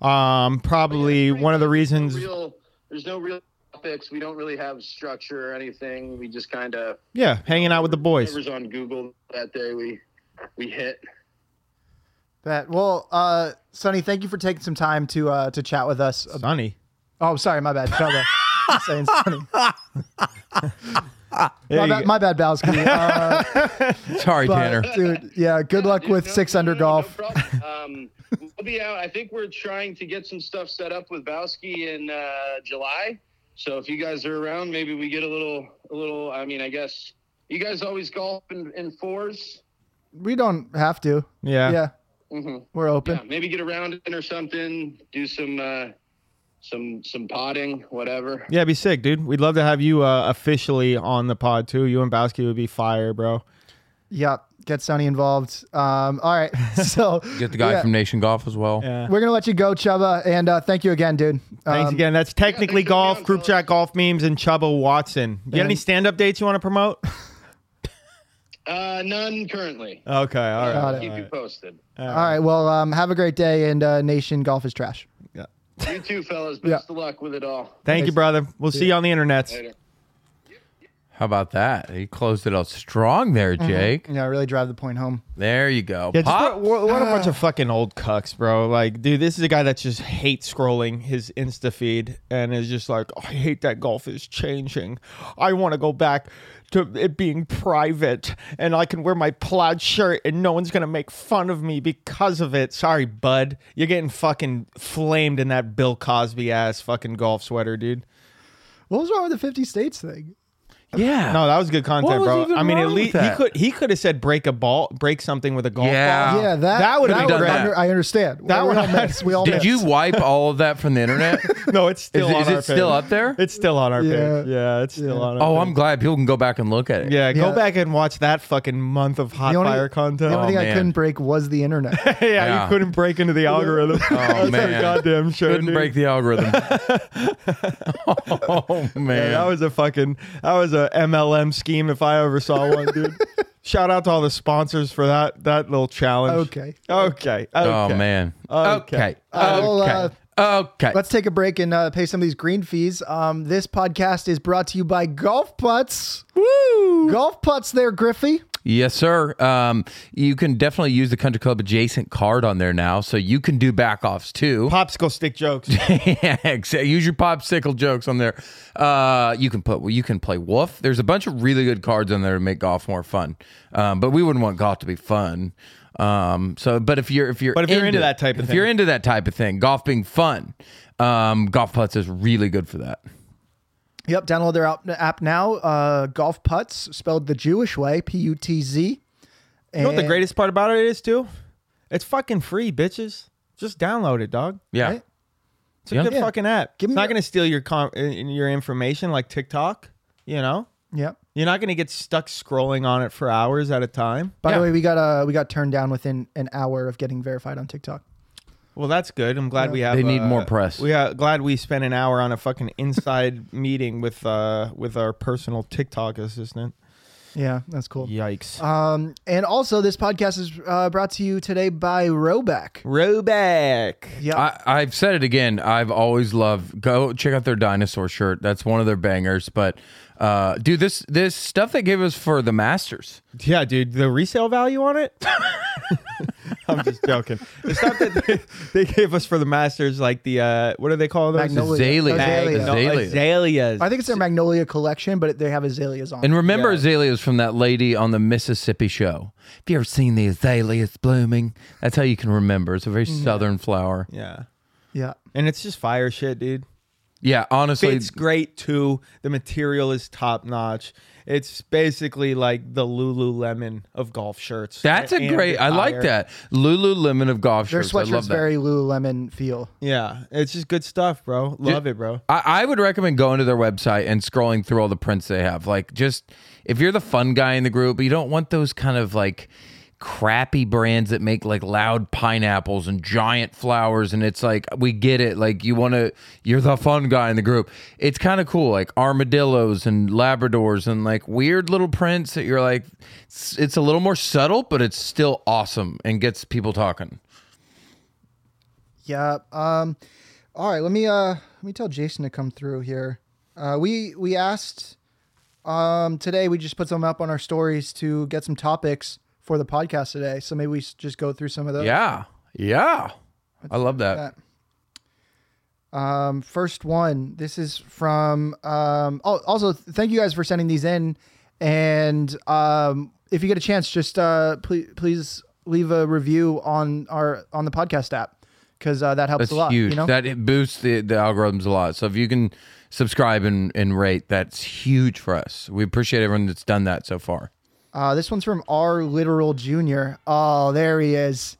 Um, probably one of the reasons. Real, there's no real topics. We don't really have structure or anything. We just kind of Yeah, hanging out with the boys. whatever's on Google that day we we hit. Bet. Well, uh, Sonny, thank you for taking some time to uh, to chat with us. Sonny. Oh, sorry, my bad. Bubba. I'm saying Sonny. There My, you bad, go. my bad, Bowski. Uh, Sorry, Tanner. but, dude, yeah. Good luck Dude, with no- six no, under no, no golf. problem. um, we'll be out. I think we're trying to get some stuff set up with Bowski in uh, July. So if you guys are around, maybe we get a little, a little. I mean, I guess You guys always golf in, in fours? We don't have to. Yeah. Yeah. Mhm. We're open. Yeah, maybe get around in or something. Do some uh, some some potting, whatever. Yeah, be sick, dude. We'd love to have you uh, officially on the pod too. You and Bowski would be fire, bro. Yeah. Get Sonny involved. Um, all right. So Get the guy yeah. from Nation Golf as well. Yeah. We're gonna let you go, Chuba, and uh, thank you again, dude. Thanks Um, again. That's technically thanks for golf, being on, group fellas. chat, golf memes, and Chubba Watson. You got any And- stand up dates you want to promote? Uh, none currently. Okay, all right. Got I'll it. keep you posted. All right. Well, um, have a great day, and uh, Nation Golf is trash. You too, fellas. Best of luck with it all. Thank you, brother. We'll see you on the internet. Later. How about that? He closed it out strong there, Jake. Yeah, really drive the point home. There you go. Mm-hmm. Yeah, just Pop. what, what- what a bunch of fucking old cucks, bro. Like, dude, this is a guy that just hates scrolling his Insta feed and is just like, "Oh, I hate that golf is changing. I want to go back to it being private and I can wear my plaid shirt and no one's going to make fun of me because of it. Sorry, bud. You're getting fucking flamed in that Bill Cosby ass fucking golf sweater, dude. What was wrong with the 50 states thing? yeah. No, that was good content, was bro. even I mean, at wrong with least he that? could he could have said break a ball, break something with a golf Yeah. ball. yeah, that that would've been would've- done I under- that. I understand. That we, we all would've- missed. We all Did missed. you wipe all of that from the internet? No, it's still Is it- on is our it still page. up there? It's still on our Yeah. page. Yeah, it's still on our oh, page. I'm glad people can go back and look at it. Yeah, Yeah. go back and watch that fucking month of hot The only- fire content. Oh, The only thing I man. couldn't break was the internet. yeah, Yeah. you couldn't break into the algorithm. Oh, That's for man. goddamn sure. Couldn't dude. break the algorithm. oh man. Yeah, that was a fucking that was a MLM scheme if I ever saw one, dude. Shout out to all the sponsors for that that little challenge. Okay. Okay. okay. Oh man. Okay. Okay. Okay. Uh, well, uh, okay. Let's take a break and uh, pay some of these green fees. Um, this podcast is brought to you by Golf Putts. Woo! Golf Putts there, Griffey. Yes, sir. Um, you can definitely use the country club adjacent card on there now, so you can do back offs too. Popsicle stick jokes. yeah, exa- use your popsicle jokes on there. Uh, you can put you can play Wolf. There's a bunch of really good cards on there to make golf more fun. Um, but we wouldn't want golf to be fun. Um, so but if you're if you're But if you're into that type of if thing. you're into that type of thing, golf being fun, um, golf putts is really good for that. Yep, download their app, app now. Uh, Golf Putts, spelled the Jewish way, P U T Z. You know what the greatest part about it is too? It's fucking free, bitches. Just download it, dog. Yeah. Right? It's a Yeah. good Yeah. fucking app. Give it's me not your- going to steal your com- in- your information like TikTok. You know, Yep. you're not going to get stuck scrolling on it for hours at a time. By the Yeah. way, we got uh, we got turned down within an hour of getting verified on TikTok. Well, that's good. I'm glad we have. They need uh, more press. We are glad we spent an hour on a fucking inside meeting with uh with our personal TikTok assistant. Uh, Yeah, that's cool. Yikes. Um, and also, this podcast is uh, brought to you today by Roback. Roback. Yeah, I, I've said it again. I've always loved go check out their dinosaur shirt. That's one of their bangers. But uh, dude, this this stuff they gave us for the Masters. Yeah, dude, the resale value on it. I'm just joking. The stuff that they, they gave us for the Masters, like the uh, what do they call those? Magnolia. Azalea. Azalea. No, Azaleas. azaleas. I think it's their Magnolia collection, but they have azaleas on. And remember Yeah. azaleas from that lady on the Mississippi show. Have you ever seen the azaleas blooming? That's how you can remember. It's a very southern flower. yeah, yeah, and it's just fire shit, dude. Yeah, honestly, It's great too. The material is top notch. It's basically like the Lululemon of golf shirts. that's a And great. I like attire. that Lululemon of golf their shirts. I love sweatshirts that. very Lululemon feel. Yeah, it's just good stuff, bro. Love it, bro. I, I would recommend going to their website and scrolling through all the prints they have. Like, just if you're the fun guy in the group, you don't want those kind of like crappy brands that make like loud pineapples and giant flowers. And it's like, we get it. Like, you want to, you're the fun guy in the group. It's kind of cool, like armadillos and Labradors and like weird little prints that you're like, it's, it's a little more subtle, but it's still awesome and gets people talking. Yeah. Um. All right. Let me uh. Let me tell Jason to come through here. Uh. We we asked. Um. Today we just put some up on our stories to get some topics for the podcast today. So maybe we s- just go through some of those. Yeah. Yeah. I love that. Um. First one. This is from. Um. Oh. Also, th- thank you guys for sending these in. And um, if you get a chance, just uh, please please leave a review on our on the podcast app. because uh, that helps That's a lot. huge. You know, That it boosts the, the algorithms a lot. So if you can subscribe and, and rate, that's huge for us. We appreciate everyone that's done that so far. uh, this one's from R Literal Junior. Oh, there he is.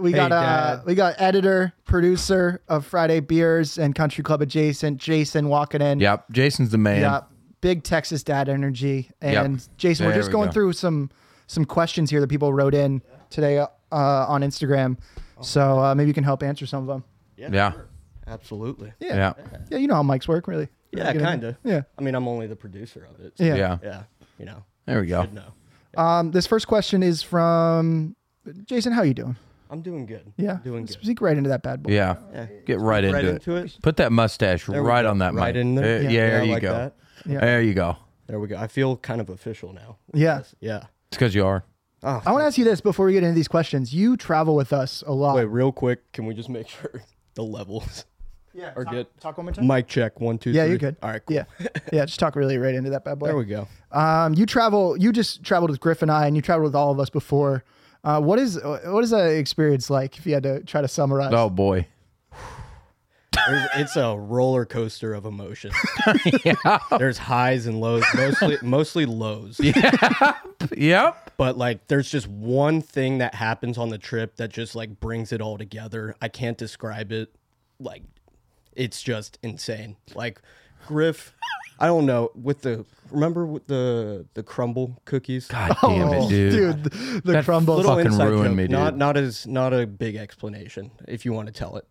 We got uh, Dad. we got editor, producer of Friday Beers and Country Club adjacent, Jason walking in. Yep. Jason's the man. Yep. Big Texas dad energy. And Jason, we're There just we going go. through some some questions here that people wrote in today uh, on Instagram. So uh, maybe you can help answer some of them. Yeah. Absolutely. Yeah. Yeah. Yeah, you know how mics work, really. Yeah, Get in- kind of. Yeah. I mean, I'm only the producer of it. so- Yeah. Yeah. Yeah. You know. There we go. Should know. Um, this first question is from Jason. How you doing? I'm doing good. Yeah. Doing Let's good. Sneak right into that bad boy. Yeah. Yeah. Get right, into, Right it. into it. Put that mustache There we right go. on that Right mic. in there. Uh, Yeah, Yeah, there you like go. that. Yeah. There you go. There we go. I feel kind of official now. Yeah. Yeah. It's because you are. Oh, I want to ask you this before we get into these questions. You travel with us a lot. wait, real quick. Can we just make sure the levels yeah. are good? Talk one more time. Mic check. One, two, Yeah, three. you're good. All right. Cool. Yeah. Yeah. Just talk really right into that bad boy. There we go. Um, you travel. You just traveled with Griff and I, and you traveled with all of us before. Uh, what is what is that experience like? If you had to try to summarize, Oh, boy. There's, it's a roller coaster of emotion. There's highs and lows, mostly mostly lows. Yep. But like, there's just one thing that happens on the trip that just like brings it all together. I can't describe it. Like, it's just insane. Like, Griff, I don't know. With the remember with the the crumble cookies. God damn Oh, it, dude. Oh, dude, the, the crumbles. Little fucking inside ruined joke. me, dude. Not not as not a big explanation. If you want to tell it,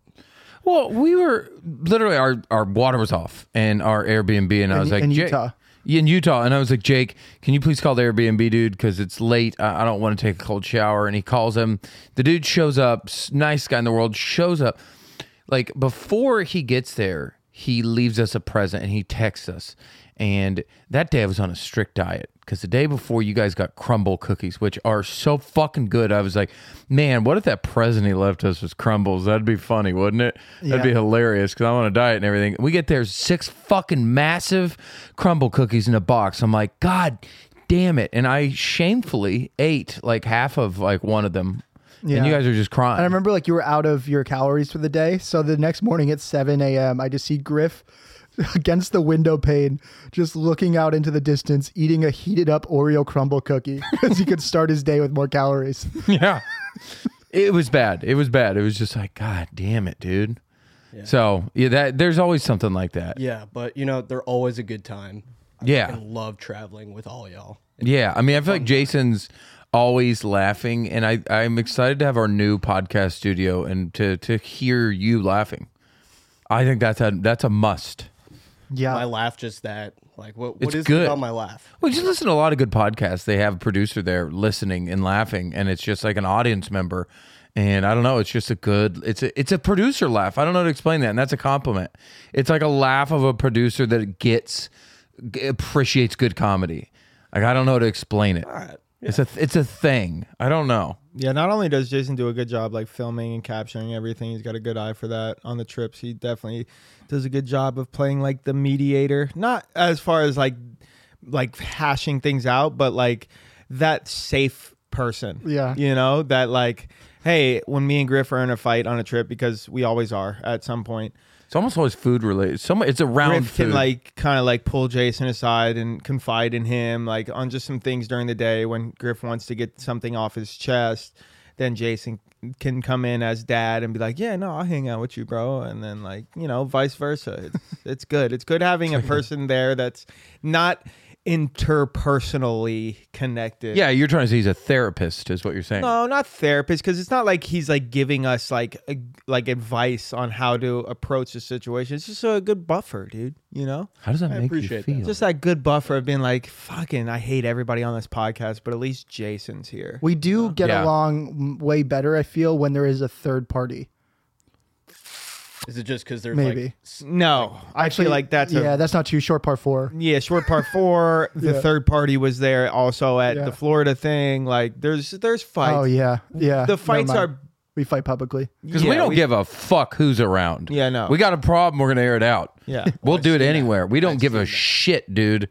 Well, we were literally our our water was off and our Airbnb, and I was like in "Jake-" Utah. Yeah, in Utah, and I was like, Jake, can you please call the Airbnb dude because it's late. I, I don't want to take a cold shower. And he calls him. The dude shows up, s- nice guy in the world, shows up. Like before he gets there, he leaves us a present and he texts us. And that day I was on a strict diet because the day before you guys got crumble cookies, which are so fucking good. I was like, man, what if that present he left us was crumbles? That'd be funny, wouldn't it? That'd be Yeah. hilarious because I'm on a diet and everything. We get there, six fucking massive crumble cookies in a box. I'm like, God damn it. And I shamefully ate like half of like one of them. Yeah. And you guys are just crying. I remember like you were out of your calories for the day, so the next morning at seven a.m., I just see Griff against the window pane, just looking out into the distance, eating a heated up Oreo crumble cookie because he could start his day with more calories. yeah. It was bad. It was bad. It was just like, God damn it, dude. So yeah, that there's always something like that. Yeah. yeah. But you know, they're always a good time. I Yeah. fucking love traveling with all y'all. I mean, I feel like Jason's always laughing, and I I'm excited to have our new podcast studio and to to hear you laughing. I think that's a that's a must. Yeah, my laugh just that like what what Uh, It's is it good. about my laugh Well, you listen to a lot of good podcasts. They have a producer there listening and laughing, and it's just like an audience member. And I don't know, it's just a good. It's a it's a producer laugh. I don't know how to explain that, and that's a compliment. It's like a laugh of a producer that gets g- appreciates good comedy. Like I don't know how to explain it. It's a it's a thing. I don't know. Yeah, not only does Jason do a good job like filming and capturing everything, he's got a good eye for that on the trips. He definitely does a good job of playing like the mediator. Not as far as like like hashing things out, but like that safe person. Yeah. You know, that like hey, when me and Griff are in a fight on a trip because we always are at some point. It's almost always food related. Some it's around Griff food. can like kind of like pull Jason aside and confide in him, like on just some things during the day when Griff wants to get something off his chest. Then Jason can come in as dad and be like, "Yeah, no, I'll hang out with you, bro." And then like you know, vice versa. It's it's good. It's good having a person there that's not interpersonally connected. yeah, you're trying to say he's a therapist, is what you're saying. No, not therapist, because it's not like he's like giving us like a, like advice on how to approach the situation. It's just a good buffer, dude. You know. How does that make you appreciate that. feel? Just that good buffer of being like, fucking, I hate everybody on this podcast, but at least Jason's here. we do get Yeah. along m- way better. I feel when there is a third party. is it just because there's Maybe. like s- No, I feel like that's yeah, a. that's not too short. Part four. Yeah, short part four. The Yeah. third party was there also at Yeah. the Florida thing. Like, there's there's fights. Oh yeah, yeah. the fights Never mind. are we fight publicly. Because we yeah, don't give a fuck who's around. Yeah, no. We got a problem. We're gonna air it out. Yeah. we'll do it anywhere. We don't give a shit, dude.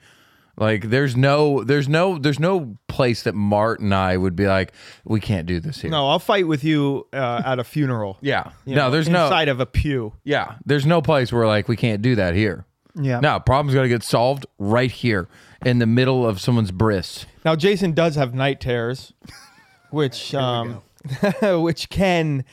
Like there's no there's no there's no place that Mart and I would be like we can't do this here. No, I'll fight with you uh, at a funeral. Yeah. You no, know, there's no inside of a pew. Yeah, there's no place where like we can't do that here. Yeah. No, problem's gonna get solved right here in the middle of someone's bris. Now Jason does have night terrors, which um, which can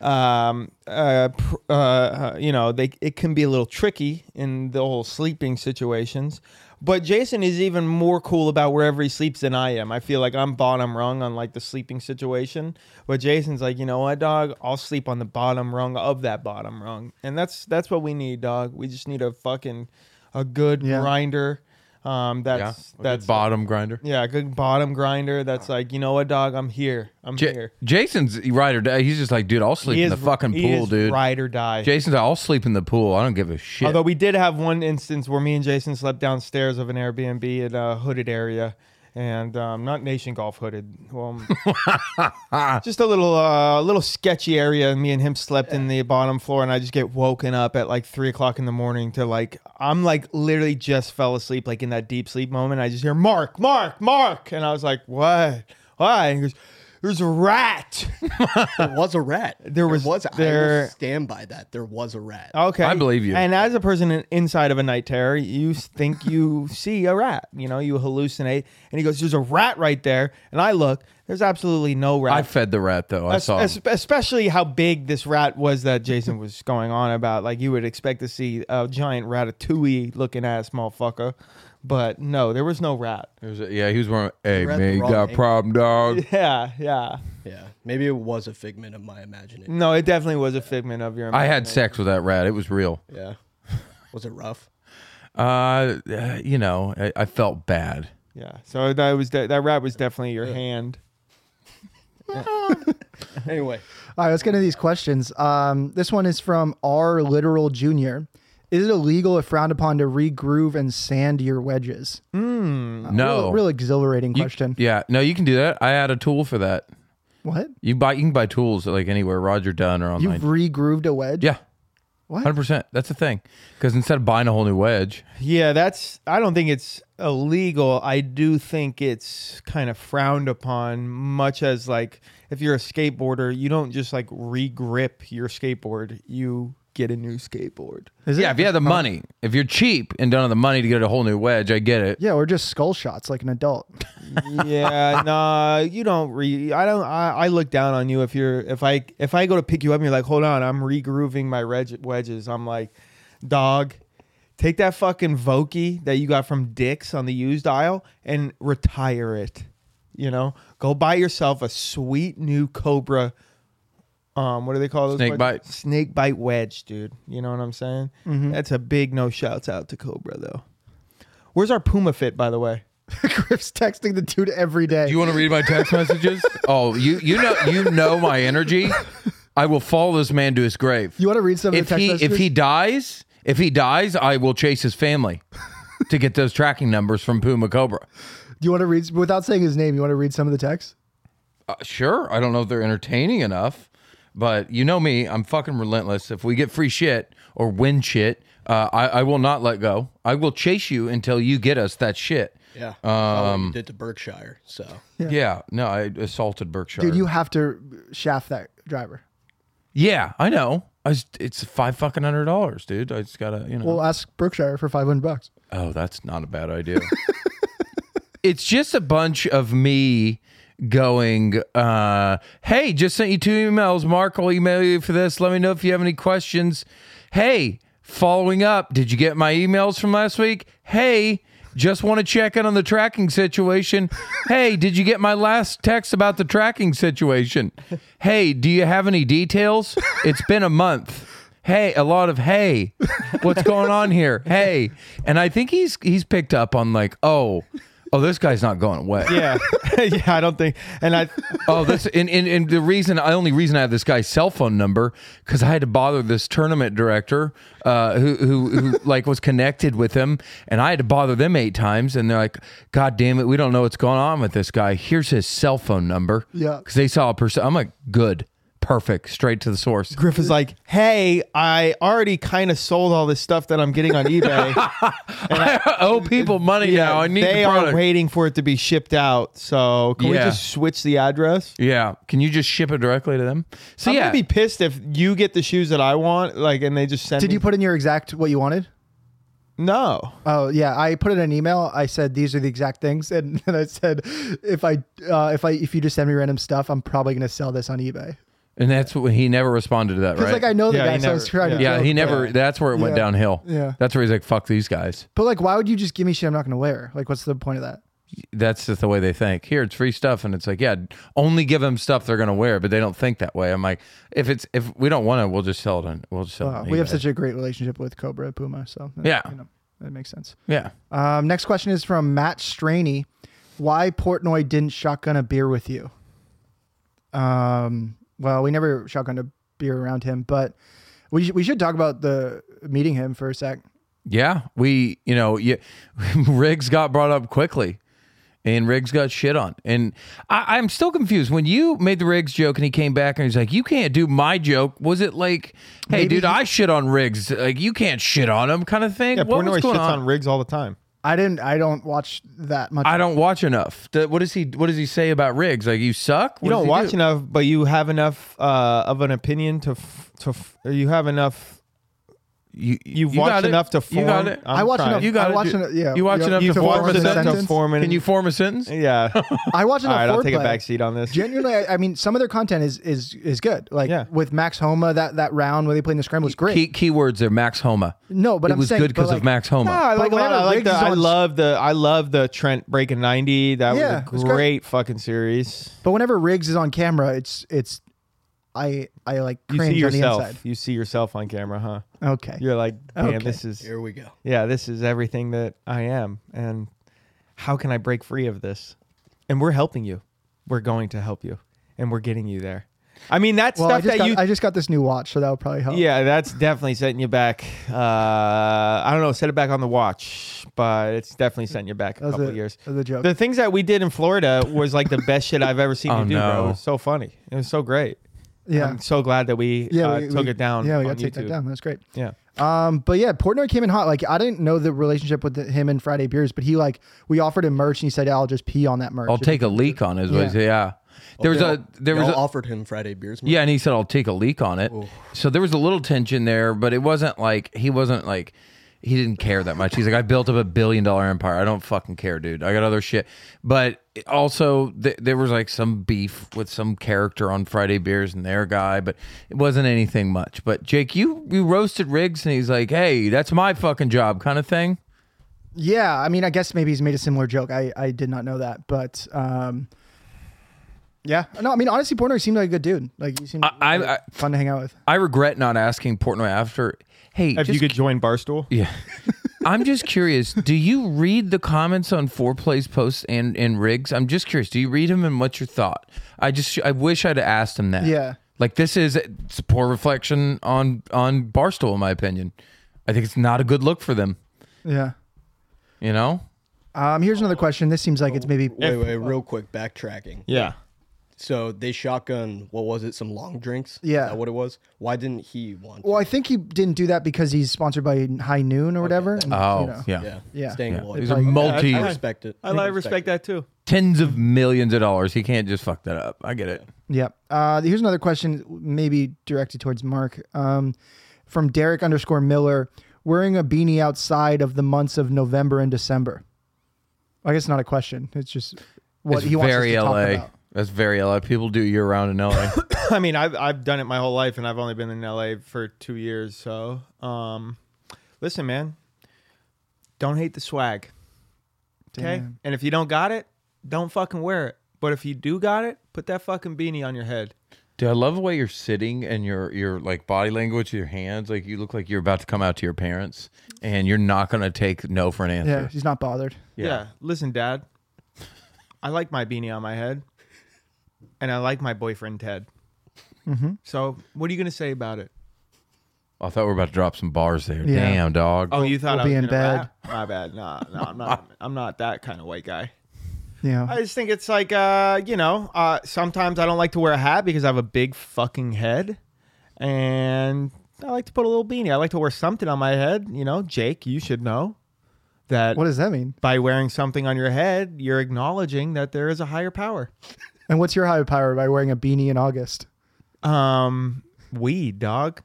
um uh, pr- uh, uh you know they it can be a little tricky in the whole sleeping situations but jason is even more cool about wherever he sleeps than i am i feel like i'm bottom rung on like the sleeping situation but jason's like you know what dog i'll sleep on the bottom rung of that bottom rung and that's that's what we need dog we just need a fucking a good Yeah. grinder um that's That that's bottom grinder. yeah, a good bottom grinder. That's like, you know what, dog? I'm here. I'm Oh. J- here. Jason's ride or die. He's just like, dude, I'll sleep He in the is- fucking he pool, is dude. Ride or die. Jason's like, I'll sleep in the pool. I don't give a shit. Although we did have one instance where me and Jason slept downstairs of an Airbnb in a hooded area, and um, not Nation Golf hooded. Well, um, just a little, uh, little sketchy area. And me and him slept in the bottom floor, and I just get woken up at like three o'clock in the morning to like I'm like literally just fell asleep, like in that deep sleep moment. I just hear Mark, Mark, Mark, and I was like, what? Why? And he goes, There's a rat. There was a rat. There was- was. I there- Oh. will stand by that. There was a rat. Okay, I believe you. And as a person in- inside of a night terror, you s- think you see a rat. You know, you hallucinate. And he goes, "There's a rat right there." And I look. There's absolutely no rat. I fed the rat though. I Es- saw. him. es- especially how big this rat was that Jason was going on about. Like you would expect to see a giant ratatouille looking ass motherfucker, but no, there was no rat. There was a- yeah, he was wearing. Hey rat man, the you wrong got a angle. problem, dog. Yeah, yeah. Yeah, maybe it was a figment of my imagination. No, it definitely was a figment of your. I had sex with that rat. It was real. Yeah, was it rough? Uh, uh, you know, I, I felt bad. Yeah. So that was de- that rat was definitely your hand. Anyway, All right, let's get into these questions. Um, this one is from R. Literal Junior. Is it illegal if frowned upon to regroove and sand your wedges? No, Real, real exhilarating You- question. yeah, no, you can do that. I had a tool for that. What? You buy you can buy tools like anywhere, Roger Dunn or online. You've regrooved a wedge? yeah. What? Hundred percent. That's the thing. Because instead of buying a whole new wedge, Yeah, that's. I don't think it's illegal. I do think it's kind of frowned upon, much as like if you're a skateboarder, you don't just like re grip your skateboard, you get a new skatboard. Is it? yeah, if you had the money, if you're cheap and don't have the money to get a whole new wedge, I get it. Yeah, or just skull shots like an adult. yeah, nah, you don't re. I don't. I, I look down on you if you're. If I if I go to pick you up, and you're like, hold on, I'm regrooving my reg- wedges. I'm like, dog, take that fucking Vokey that you got from Dick's on the used aisle and retire it. You know, go buy yourself a sweet new Cobra. Um, what do they call those? Snake wedges? bite. Mm-hmm. Snake bite wedge, dude. You know what I'm saying? That's a big no. Shouts out to Cobra though. Where's our Puma fit, by the way? Griff's texting the dude every day. Do you want to read my text messages? Oh, you you know you know my energy. I will follow this man to his grave. You wanna read some of the if text he messages? if he dies if he dies, I will chase his family to get those tracking numbers from Puma Cobra. Do you want to read without saying his name? You want to read some of the text? Uh, sure. I don't know if they're entertaining enough, but you know me, I'm fucking relentless. If we get free shit or win shit, uh, I, I will not let go. I will chase you until you get us that shit. yeah. Um, did to Berkshire. So Yeah. no, I assaulted Berkshire. Dude, you have to shaft that driver. yeah, I know. I was, it's five fucking hundred dollars, dude. I just gotta, you know. We'll ask Berkshire for 500 bucks. Oh, that's not a bad idea. it's just a bunch of me going, uh, hey, just sent you two emails. Mark will email you for this. Let me know if you have any questions. Hey, following up, did you get my emails from last week? Hey, just want to check in on the tracking situation. Hey, did you get my last text about the tracking situation? Hey, do you have any details? It's been a month. Hey, a lot of hey. What's going on here? Hey. And I think he's he's picked up on like, oh, oh, this guy's not going away. Yeah, yeah. I don't think, and I Oh, this and, and, and the reason the only reason I have this guy's cell phone number because I had to bother this tournament director uh, who, who who like was connected with him, and I had to bother them eight times, and they're like, "God damn it, we don't know what's going on with this guy. Here's his cell phone number." Yeah. because they saw a person. I'm like, "Good, Perfect. Straight to the source. Griff is like, hey, I already kind of sold all this stuff that I'm getting on eBay. I owe Oh, people money now. I need they the product. are waiting for it to be shipped out. So can we Yeah. just switch the address? yeah. Can you just ship it directly to them? So I'm yeah. gonna be pissed if you get the shoes that I want, like, and they just send. Did me- you put in your exact what you wanted? No. Oh yeah, I put in an email. I said these are the exact things, and then I said if I uh, if I if you just send me random stuff, I'm probably gonna sell this on eBay. and that's what he never responded to that, Because right? like I know the Yeah, guy, he so I was never- trying to. yeah, joke, he but- never. That's where it went Yeah. downhill. Yeah. that's where he's like, "Fuck these guys." But like, why would you just give me shit I'm not gonna wear? Like, what's the point of that? That's just the way they think. Here, it's free stuff, and it's like, yeah, only give them stuff they're gonna wear, but they don't think that way. I'm like, if it's if we don't want it, we'll just sell it. On, we'll just sell. Wow, it on we have eBay. such a great relationship with Cobra at Puma, so that- Yeah. you know, that makes sense. yeah. Um, next question is from Matt Straney. Why Portnoy didn't shotgun a beer with you? Um, well, we never shotgunned a beer around him, but we sh- we should talk about the meeting him for a sec. Yeah, we, you know, yeah, Riggs got brought up quickly, and Riggs got shit on, and I, I'm still confused. When you made the Riggs joke, and he came back and he's like, "You can't do my joke." Was it like, "Hey, dude, I shit on Riggs. Like, you can't shit on him," kind of thing? Yeah, what Portnoy was shits going on? on? rigs all the time. I didn't. I don't watch that much. I don't watch enough. Th- What does he? What does he say about Riggs? Like, you suck. What You does don't he watch do? enough, but you have enough uh, of an opinion to f- to. F- or you have enough. You, You've you got watched it. enough to You form. got it. I'm I watch trying. enough. You gotta I watch do- enough. Yeah, you watch yeah, enough You've to watched form a enough to sentence. form an- Can you form a sentence? Yeah. All I watch enough. right, I'll take a foreplay. back seat on this. Genuinely, I, I mean, some of their content is is is good. Like Yeah. with Max Homa, that that round where they played in the scramble was great. Key keywords there. Max Homa. No, but it I'm was saying- good because but of like- Max Homa. No, I like, Like, a lot. whenever I like Riggs the. is I on- love the. I love the Trent breaking ninety. That Yeah, it was was a great. great fucking series. But whenever Riggs is on camera, it's it's I I like You see cringe on the inside. yourself. You see yourself on camera, huh? Okay. You're like, damn, Okay. this is. Here we go. Yeah, this is everything that I am, and how can I break free of this? And we're helping you. We're going to help you, and we're getting you there. I mean, that well, I stuff just, that got, you. I just got this new watch, so that'll probably help. yeah, that's definitely setting you back. Uh, I don't know, set it back on the watch, but it's definitely setting you back a that was, couple a, years. that was a joke. The things that we did in Florida was like the best shit I've ever seen Oh, you do, bro. no. It was so funny. It was so great. yeah, I'm so glad that we yeah, uh, we- Um, took we- it down. Yeah, we on got to take YouTube. that down. That's great. Yeah. Um, but yeah, Portnoy came in hot. Like I didn't know the relationship with him and Friday Beers, but he like we offered him merch, and he said, "I'll just pee on that merch." I'll take a leak on it. Yeah. yeah. There was a there was Y'all a, offered him Friday beers. yeah, and he said I'll take a leak on it. So there was a little tension there, but it wasn't like he wasn't like he didn't care that much. He's like I built up a billion dollar empire. I don't fucking care, dude. I got other shit. But it- also th- there was like some beef with some character on Friday Beers and their guy, but it wasn't anything much. But Jake, you you roasted Riggs and he's like, "Hey, that's my fucking job," kind of thing. Yeah, I mean, I guess maybe he's made a similar joke. I, I did not know that, but um, yeah, no, I mean, honestly, Portnoy seemed like a good dude. Like he seemed I- I- like, fun to hang out with. I regret not asking Portnoy after, "Hey, If you just could join Barstool, Yeah. I'm just curious. Do you read the comments on four plays posts and and rigs? I'm just curious. Do you read them and what's your thought? I just I wish I'd asked him that. Yeah. Like this is it's a poor reflection on on Barstool in my opinion. I think it's not a good look for them. Yeah. You know. Um, here's another question. This seems like it's maybe Wait, wait, real quick, backtracking. yeah. So they shotgun. What was it? Some long drinks. Yeah. Is that what it was? Why didn't he want? Well, I think he didn't do that because he's sponsored by High Noon or whatever. and, Oh you know. yeah. yeah. Yeah. Staying Yeah. alive. These are multi I respect it. I, like respect that too. tens of millions of dollars. He can't just fuck that up. I get it. Yep. Uh, here's another question, maybe directed towards Mark, um, from Derek underscore Miller. Wearing a beanie outside of the months of November and December. I guess not a question. It's just what It's he wants us very to LA. talk about. That's very LA. People do year round in LA. I mean, I've I've done it my whole life, and I've only been in LA for two years. So, um, listen, man, don't hate the swag, okay? Damn. And if you don't got it, don't fucking wear it. But if you do got it, put that fucking beanie on your head. Dude, I love the way you're sitting and your your like body language, your hands, like you look like you're about to come out to your parents, and you're not gonna take no for an Yeah, answer. he's not bothered. Yeah. Listen, Dad, I like my beanie on my head, and I like my boyfriend Ted. So, what are you gonna say about it? I thought we were about to drop some bars there. Yeah. Damn dog. Oh, you thought we'll I be was in gonna bed. rap? My bad. No, no, I'm not. I'm not that kind of white guy. Yeah. I just think it's like, uh, you know, uh, sometimes I don't like to wear a hat because I have a big fucking head, and I like to put a little beanie. I like to wear something on my head. You know, Jake, you should know that What does that mean? by wearing something on your head, you're acknowledging that there is a higher power. And what's your high power by wearing a beanie in August? Um, weed, dog,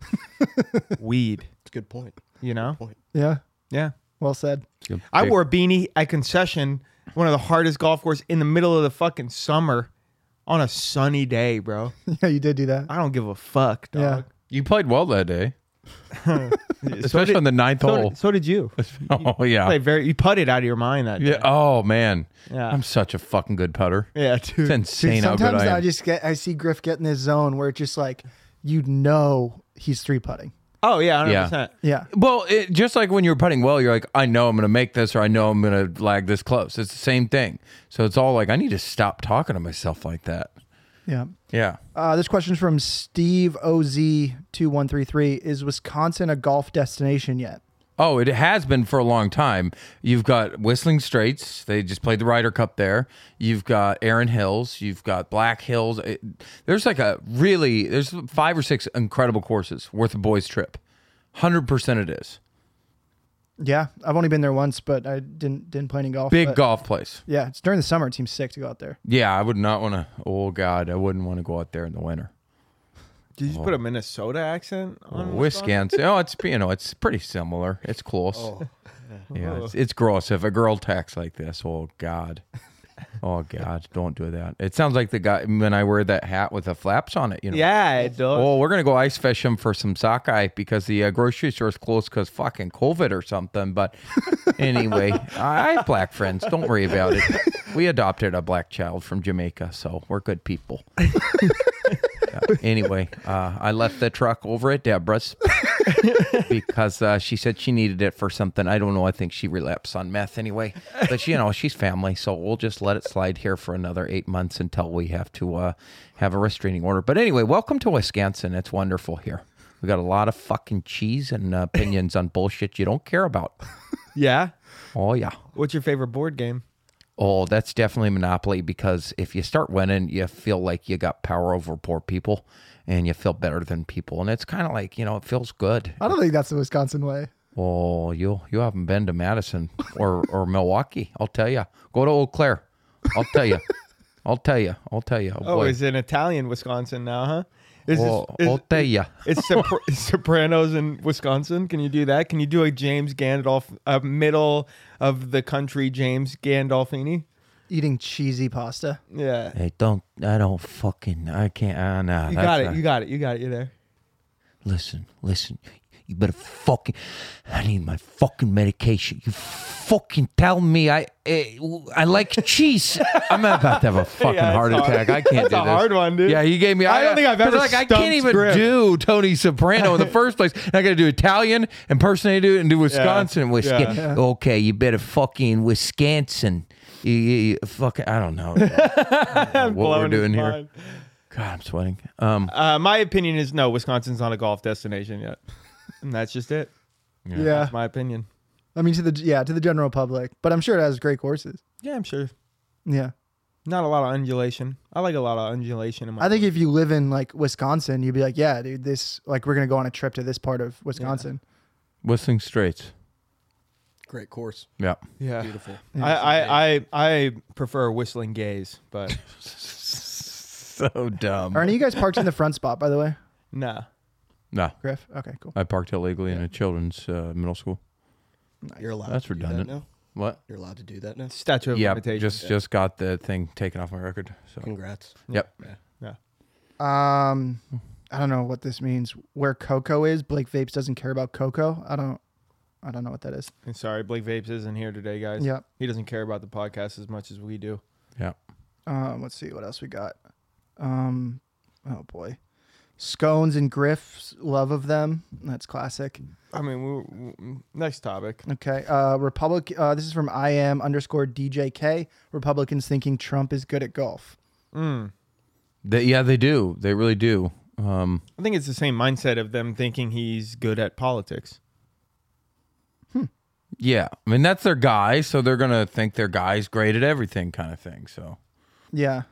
weed. It's a good point. You know, Yeah. yeah. Well said. I wore a beanie at concession, one of the hardest golf courses in the middle of the fucking summer, on a sunny day, bro. Yeah, you did do that. I don't give a fuck, dog. Yeah. You played well that day, especially on the ninth So hole. did, so did you. oh yeah, Play very, you putted out of your mind that. yeah. day. Oh man, Yeah. I'm such a fucking good putter. yeah, It's dude. insane how good sometimes I I, am. just get I see Griff get in this zone where it's just like you know he's three putting. Oh yeah, hundred Yeah. percent. Yeah. well, it, just like when you're putting well, you're like, I know I'm going to make this, or I know I'm going to lag this close. It's the same thing. So it's all like, I need to stop talking to myself like that. Yeah. Yeah. Uh, this question's from Steve OZ2133. Is Wisconsin a golf destination yet? Oh, it has been for a long time. You've got Whistling Straits. They just played the Ryder Cup there. You've got Aaron Hills. You've got Black Hills. It- there's like a really, there's five or six incredible courses worth a boys' trip. 100% it is. Yeah. I've only been there once, but I didn't didn't play any golf. Big but- golf place. Yeah, it's during the summer. It seems sick to go out there. Yeah, I would not want to. Oh, God. I wouldn't want to go out there in the winter. Did you just put a Minnesota accent on? Wisconsin. Oh, it's you know, it's pretty similar. It's close. Yeah, it's, it's gross. If a girl texts like this, oh god, oh god, don't do that. It sounds like the guy when I wear that hat with the flaps on it. You know. Yeah, it does. Oh, we're gonna go ice fishing for some sockeye because the uh, grocery store's closed because fucking COVID or something. But anyway, I I have black friends. Don't worry about it. We adopted a black child from Jamaica, so we're good people. Yeah, anyway, uh, I left the truck over at Deborah's because uh, she said she needed it for something. I don't know. I think she relapsed on meth anyway. But you know, she's family, so we'll just let it slide here for another eight months until we have to uh, have a restraining order. But anyway, welcome to Wisconsin. It's wonderful here. We got a lot of fucking cheese and uh, opinions on bullshit you don't care about. Yeah. Oh yeah. What's your favorite board game? Oh, that's definitely Monopoly because if you start winning, you feel like you got power over poor people and you feel better than people. And it's kind of like, you know, it feels good. I don't think that's the Wisconsin way. Oh, you you haven't been to Madison or, or Milwaukee. I'll tell you. Go to Eau Claire. I'll tell you. I'll tell you. I'll tell you. Oh, is it Italian Wisconsin now, huh? Is this- oh, is- I'll tell you. It's Sopr- Sopranos in Wisconsin. Can you do that? Can you do a James Gandolf, a middle of the country James Gandolfini? Eating cheesy pasta. Yeah, I don't. I don't fucking. I can't. Uh, nah, you that's got it. not- You got it. You got it. You're there. listen, listen. You better fucking. I need my fucking medication. You fucking tell me I eh, I like cheese. I'm about to have a fucking Yeah, it's heart hard. attack. I can't That's do a this. hard one, dude. Yeah, you gave me. I don't think I've 'cause, ever like I stumped can't even Griff. do Tony Soprano in the first place. And I got to do Italian, impersonate it, and do Wisconsin. Wisconsin. yeah. Okay, you better fucking Wisconsin. You, you, you fucking. I don't know, I don't know what we're Blowing his doing here. mind. God, I'm sweating. Um, Uh, my opinion is no. Wisconsin's not a golf destination yet, and that's just it. Yeah. That's my opinion. I mean to the yeah, to the general public. But I'm sure it has great courses. Yeah, I'm sure. Yeah. Not a lot of undulation. I like a lot of undulation in my. I think if you live in like Wisconsin, you'd be like, Yeah, dude, this like we're gonna go on a trip to this part of Wisconsin. Whistling Straits. Great course. Yeah. yeah. Beautiful. I, I, I I prefer whistling gays, but So dumb. Are any of you guys parked in the front spot, by the way? nah. No, Griff? Okay, cool. I parked illegally in a children's uh, middle school. You're allowed. That's to do that redundant. now? What? You're allowed to do that now. Statue of Yeah, limitations. just just got the thing taken off my record. So Congrats. yep. Um I don't know what this means. Where Coco is, Blake Vapes doesn't care about Coco. I don't I don't know what that is. And sorry, Blake Vapes isn't here today, guys. Yep. He doesn't care about the podcast as much as we do. Yeah. Um, let's see what else we got. Um, oh boy, scones and Griff's love of them. That's classic. I mean, we, we, next topic. Okay. Uh, Republic. Uh, this is from I am underscore DJK. Republicans thinking Trump is good at golf. They, yeah, they do. They really do. Um, I think it's the same mindset of them thinking he's good at politics. Yeah, I mean that's their guy, so they're gonna think their guy's great at everything, kind of thing. So Yeah.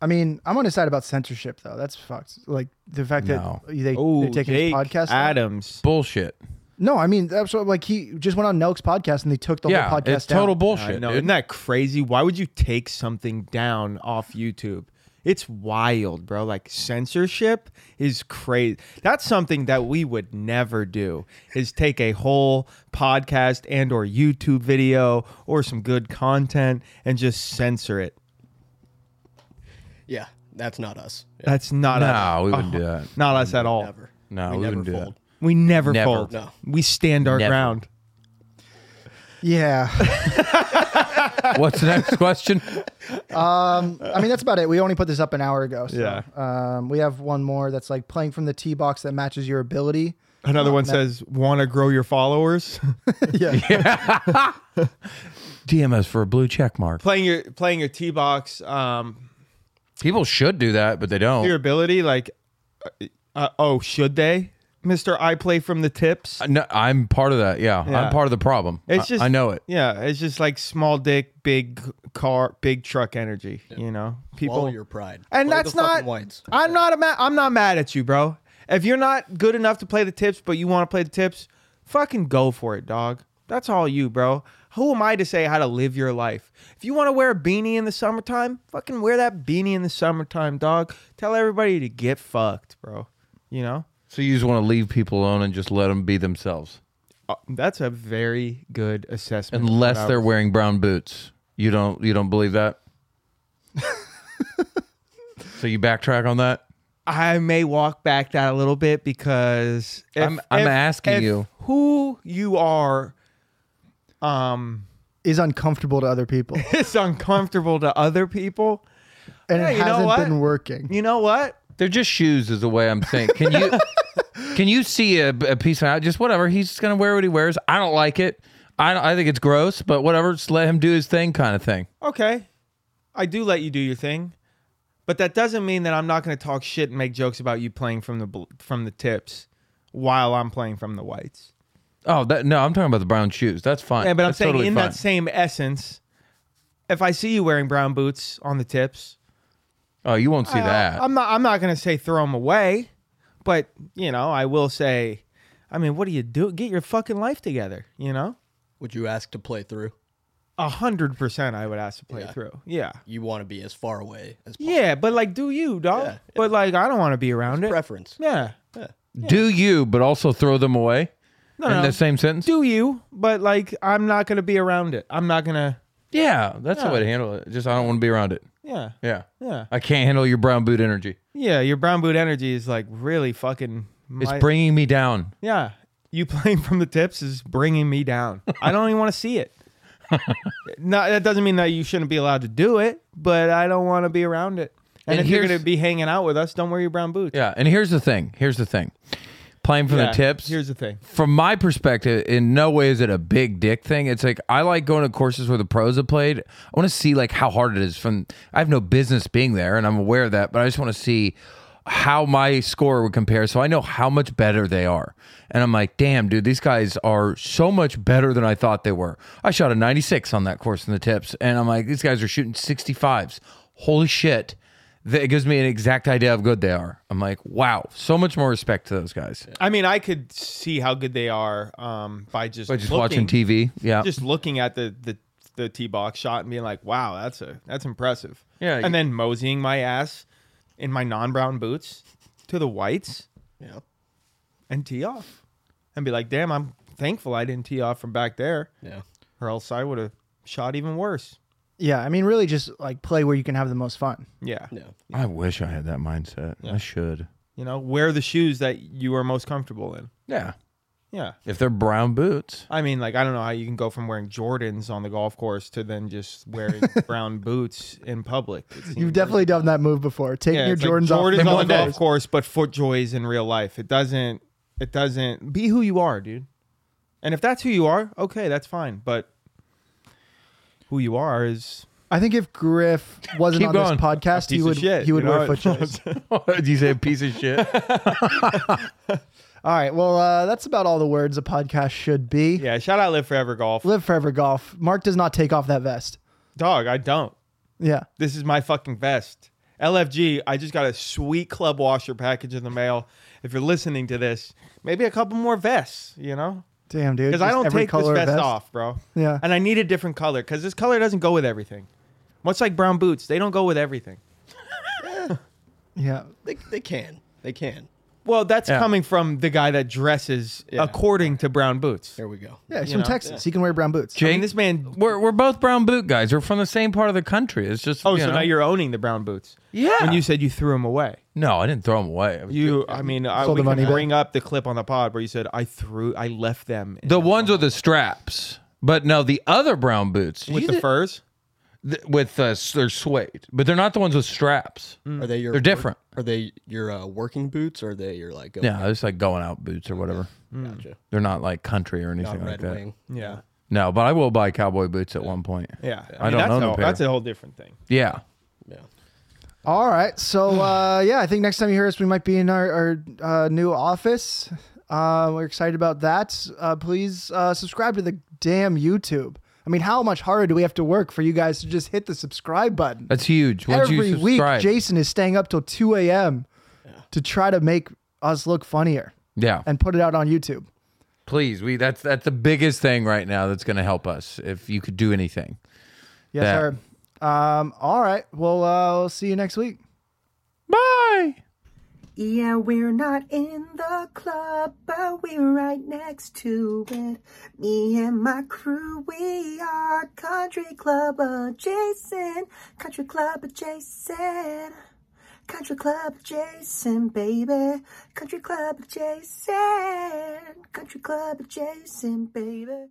I mean, I'm on his side about censorship, though. That's fucked. Like the fact No. that they Oh, they're taking his Jake podcast. down. Adams. bullshit. No, I mean that's what, like he just went on Nelk's podcast and they took the yeah, whole podcast it's down. total I bullshit. know. dude. Uh, Isn't that crazy? Why would you take something down off YouTube? It's wild, bro. Like censorship is crazy. That's something that we would never do is take a whole podcast and or YouTube video or some good content and just censor it. Yeah, that's not us. Yeah, That's not us. No, we wouldn't do that. Not us at all. never. No, we, never wouldn't do fold. that. We never, Never. fold. No. We stand our Never. ground. Yeah. What's the next question? I mean, that's about it. We only put this up an hour ago. So, Yeah. Um, we have one more that's like playing from the tee box that matches your ability. Another one says, "Want to grow your followers?" Yeah. DM us for a blue check mark. playing your playing your T box um, People should do that, but they don't. your ability like uh, oh should they mr i play from the tips Uh, no, I'm part of that. Yeah, Yeah. I'm part of the problem. it's I- just I know it. yeah it's just like small dick big car big truck energy you know people Follow your pride. and Play that's the not fucking whites. i'm not a ma- i'm not mad at you bro if you're not good enough to play the tips but you want to play the tips fucking go for it dog that's all you bro who am i to say how to live your life if you want to wear a beanie in the summertime fucking wear that beanie in the summertime dog tell everybody to get fucked bro you know So you just want to leave people alone and just let them be themselves, Uh, That's a very good assessment. unless Wow. they're wearing brown boots. You don't. You don't believe that. so you backtrack on that. I may walk back that a little bit because if- I'm- I'm if- asking if you. who you are. Um, Is uncomfortable to other people. it's uncomfortable to other people. And Yeah, it you know hasn't what? been working. You know what? They're just shoes, is the way I'm saying. Can you can you see a, a piece of just whatever he's just gonna wear what he wears? I don't like it. I don't, I think it's gross, but whatever. Just let him do his thing, kind of thing. Okay, I do let you do your thing, but that doesn't mean that I'm not going to talk shit and make jokes about you playing from the bl- from the tips while I'm playing from the whites. Oh, that no, I'm talking about the brown shoes. That's fine. Yeah, but I'm Uh, That's saying totally in fine. that same essence, if I see you wearing brown boots on the tips, Oh, you won't see I- that. Uh, I'm not. I'm not gonna say throw them away, but you know, I will say. I mean, what do you do? Get your fucking life together. You know, Would you ask to play through? a hundred percent. I would ask to play Yeah. through. Yeah, You want to be as far away as possible. yeah, but like, do you, dog? Yeah, yeah. But like, I don't want to be around it. Preference. yeah, Do you, but also throw them away no, in no. the same sentence? do you? But like, I'm not gonna be around it. I'm not gonna. yeah, that's the Yeah. way to handle it. Just I don't want to be around it. Yeah, Yeah, yeah, I can't handle your brown boot energy. yeah. Your brown boot energy is like really fucking. It's my- bringing me down. Yeah. You playing from the tips is bringing me down. I don't even want to see it. no, that doesn't mean that you shouldn't be allowed to do it, but I don't want to be around it. And, And if you're here's- going to be hanging out with us, don't wear your brown boots. Yeah, and here's the thing. Here's the thing. Playing from Yeah, the tips. Here's the thing. from my perspective, in no way is it a big dick thing. It's like I like going to courses where the pros have played. I want to see like how hard it is. From I have no business being there, and I'm aware of that, but I just want to see how my score would compare, so I know how much better they are. And I'm like, damn, dude, these guys are so much better than I thought they were. I shot a 96 on that course in the tips, and I'm like, these guys are shooting 65s. Holy shit. That- It gives me an exact idea of good they are. I'm like, wow, so much more respect to those guys. I mean, I could see how good they are um, by just By just looking- watching TV, yeah. just looking at the the the tee box shot and being like, "Wow, that's a that's impressive." Yeah, you- and then moseying my ass in my non-brown boots to the whites, Yeah. and tee off, and be like, "Damn, I'm thankful I didn't tee off from back there, Yeah. or else I would have shot even worse." Yeah. I mean, really just like play where you can have the most Mm. fun. Yeah. Yeah. I wish I had that mindset. I should. you know, wear the shoes that you are most comfortable in. Yeah. Yeah, If they're brown boots. I mean, like I don't know how you can go from wearing Jordans on the golf course to then just wearing brown boots in public. It seems You've definitely done that move before. Taking your it's like Jordans, Jordans off. on the the golf course, but FootJoys in real life. It doesn't. It doesn't. Be who you are, dude. And if that's who you are, okay, that's fine. But who you are is I think if Griff wasn't Keep on going. this podcast, piece he of would shit, he would you wear know? foot shoes. Did you say piece of shit? All right. Well, uh, that's about all the words a podcast should be. Yeah, shout out Live Forever Golf. Live forever golf. Mark does not take off that vest. Dog, I don't. Yeah. This is my fucking vest. LFG, I just got a sweet club washer package in the mail. If you're listening to this, maybe a couple more vests, you know? Damn, dude. Because I Just don't every take this color vest, off, bro. Yeah. And I need a different color because this color doesn't go with everything. Much like brown boots, they don't go with everything. Yeah. They, they can. They can. Well, that's Yeah. coming from the guy that dresses Yeah. according to brown boots. There we go. Yeah. He's You from know, Texas. He can wear brown boots. I Jake, mean, this man. we're, we're both brown boot guys. We're from the same part of the country. It's just Oh, you so know. now you're owning the brown boots. Yeah. When you said you threw them away. no, I didn't throw them away. I was- You, I mean, I, Sold we them on can eBay. bring up the clip on the pod where you said I threw, I left them in- the ones with the straps, but no, the other brown boots with the furs. th- with uh, s- they're suede, but they're not the ones with straps. Mm. Hmm. Are they your? They're work- different. Are they your uh, working boots? Or are they your like? Yeah, it's like going out boots or whatever. Mm. Gotcha. They're not like country or Not anything like Red that. Wing. Yeah, No, but I will buy cowboy boots at one point. yeah. I don't that's own a a whole- pair. That's a whole different thing. Yeah. Yeah. All right. So, uh, yeah, I think next time you hear us, we might be in our, our uh, new office. Uh, we're excited about that. Uh, please uh, subscribe to the damn YouTube. I mean, how much harder do we have to work for you guys to just hit the subscribe button? That's huge. Once Every you week, subscribe. Jason is staying up till 2 a.m. to try to make us look funnier yeah. and put it out on YouTube. Please, we that's that's the biggest thing right now that's going to help us. If you could do anything, Yes, That- sir. Um, all right. Well, uh, we'll see you next week. bye. Yeah, we're not in the club, but we're right next to it. Me and my crew, we are Country Club adjacent. Country Club adjacent. Country Club adjacent, baby. Country Club adjacent. Country Club adjacent, baby.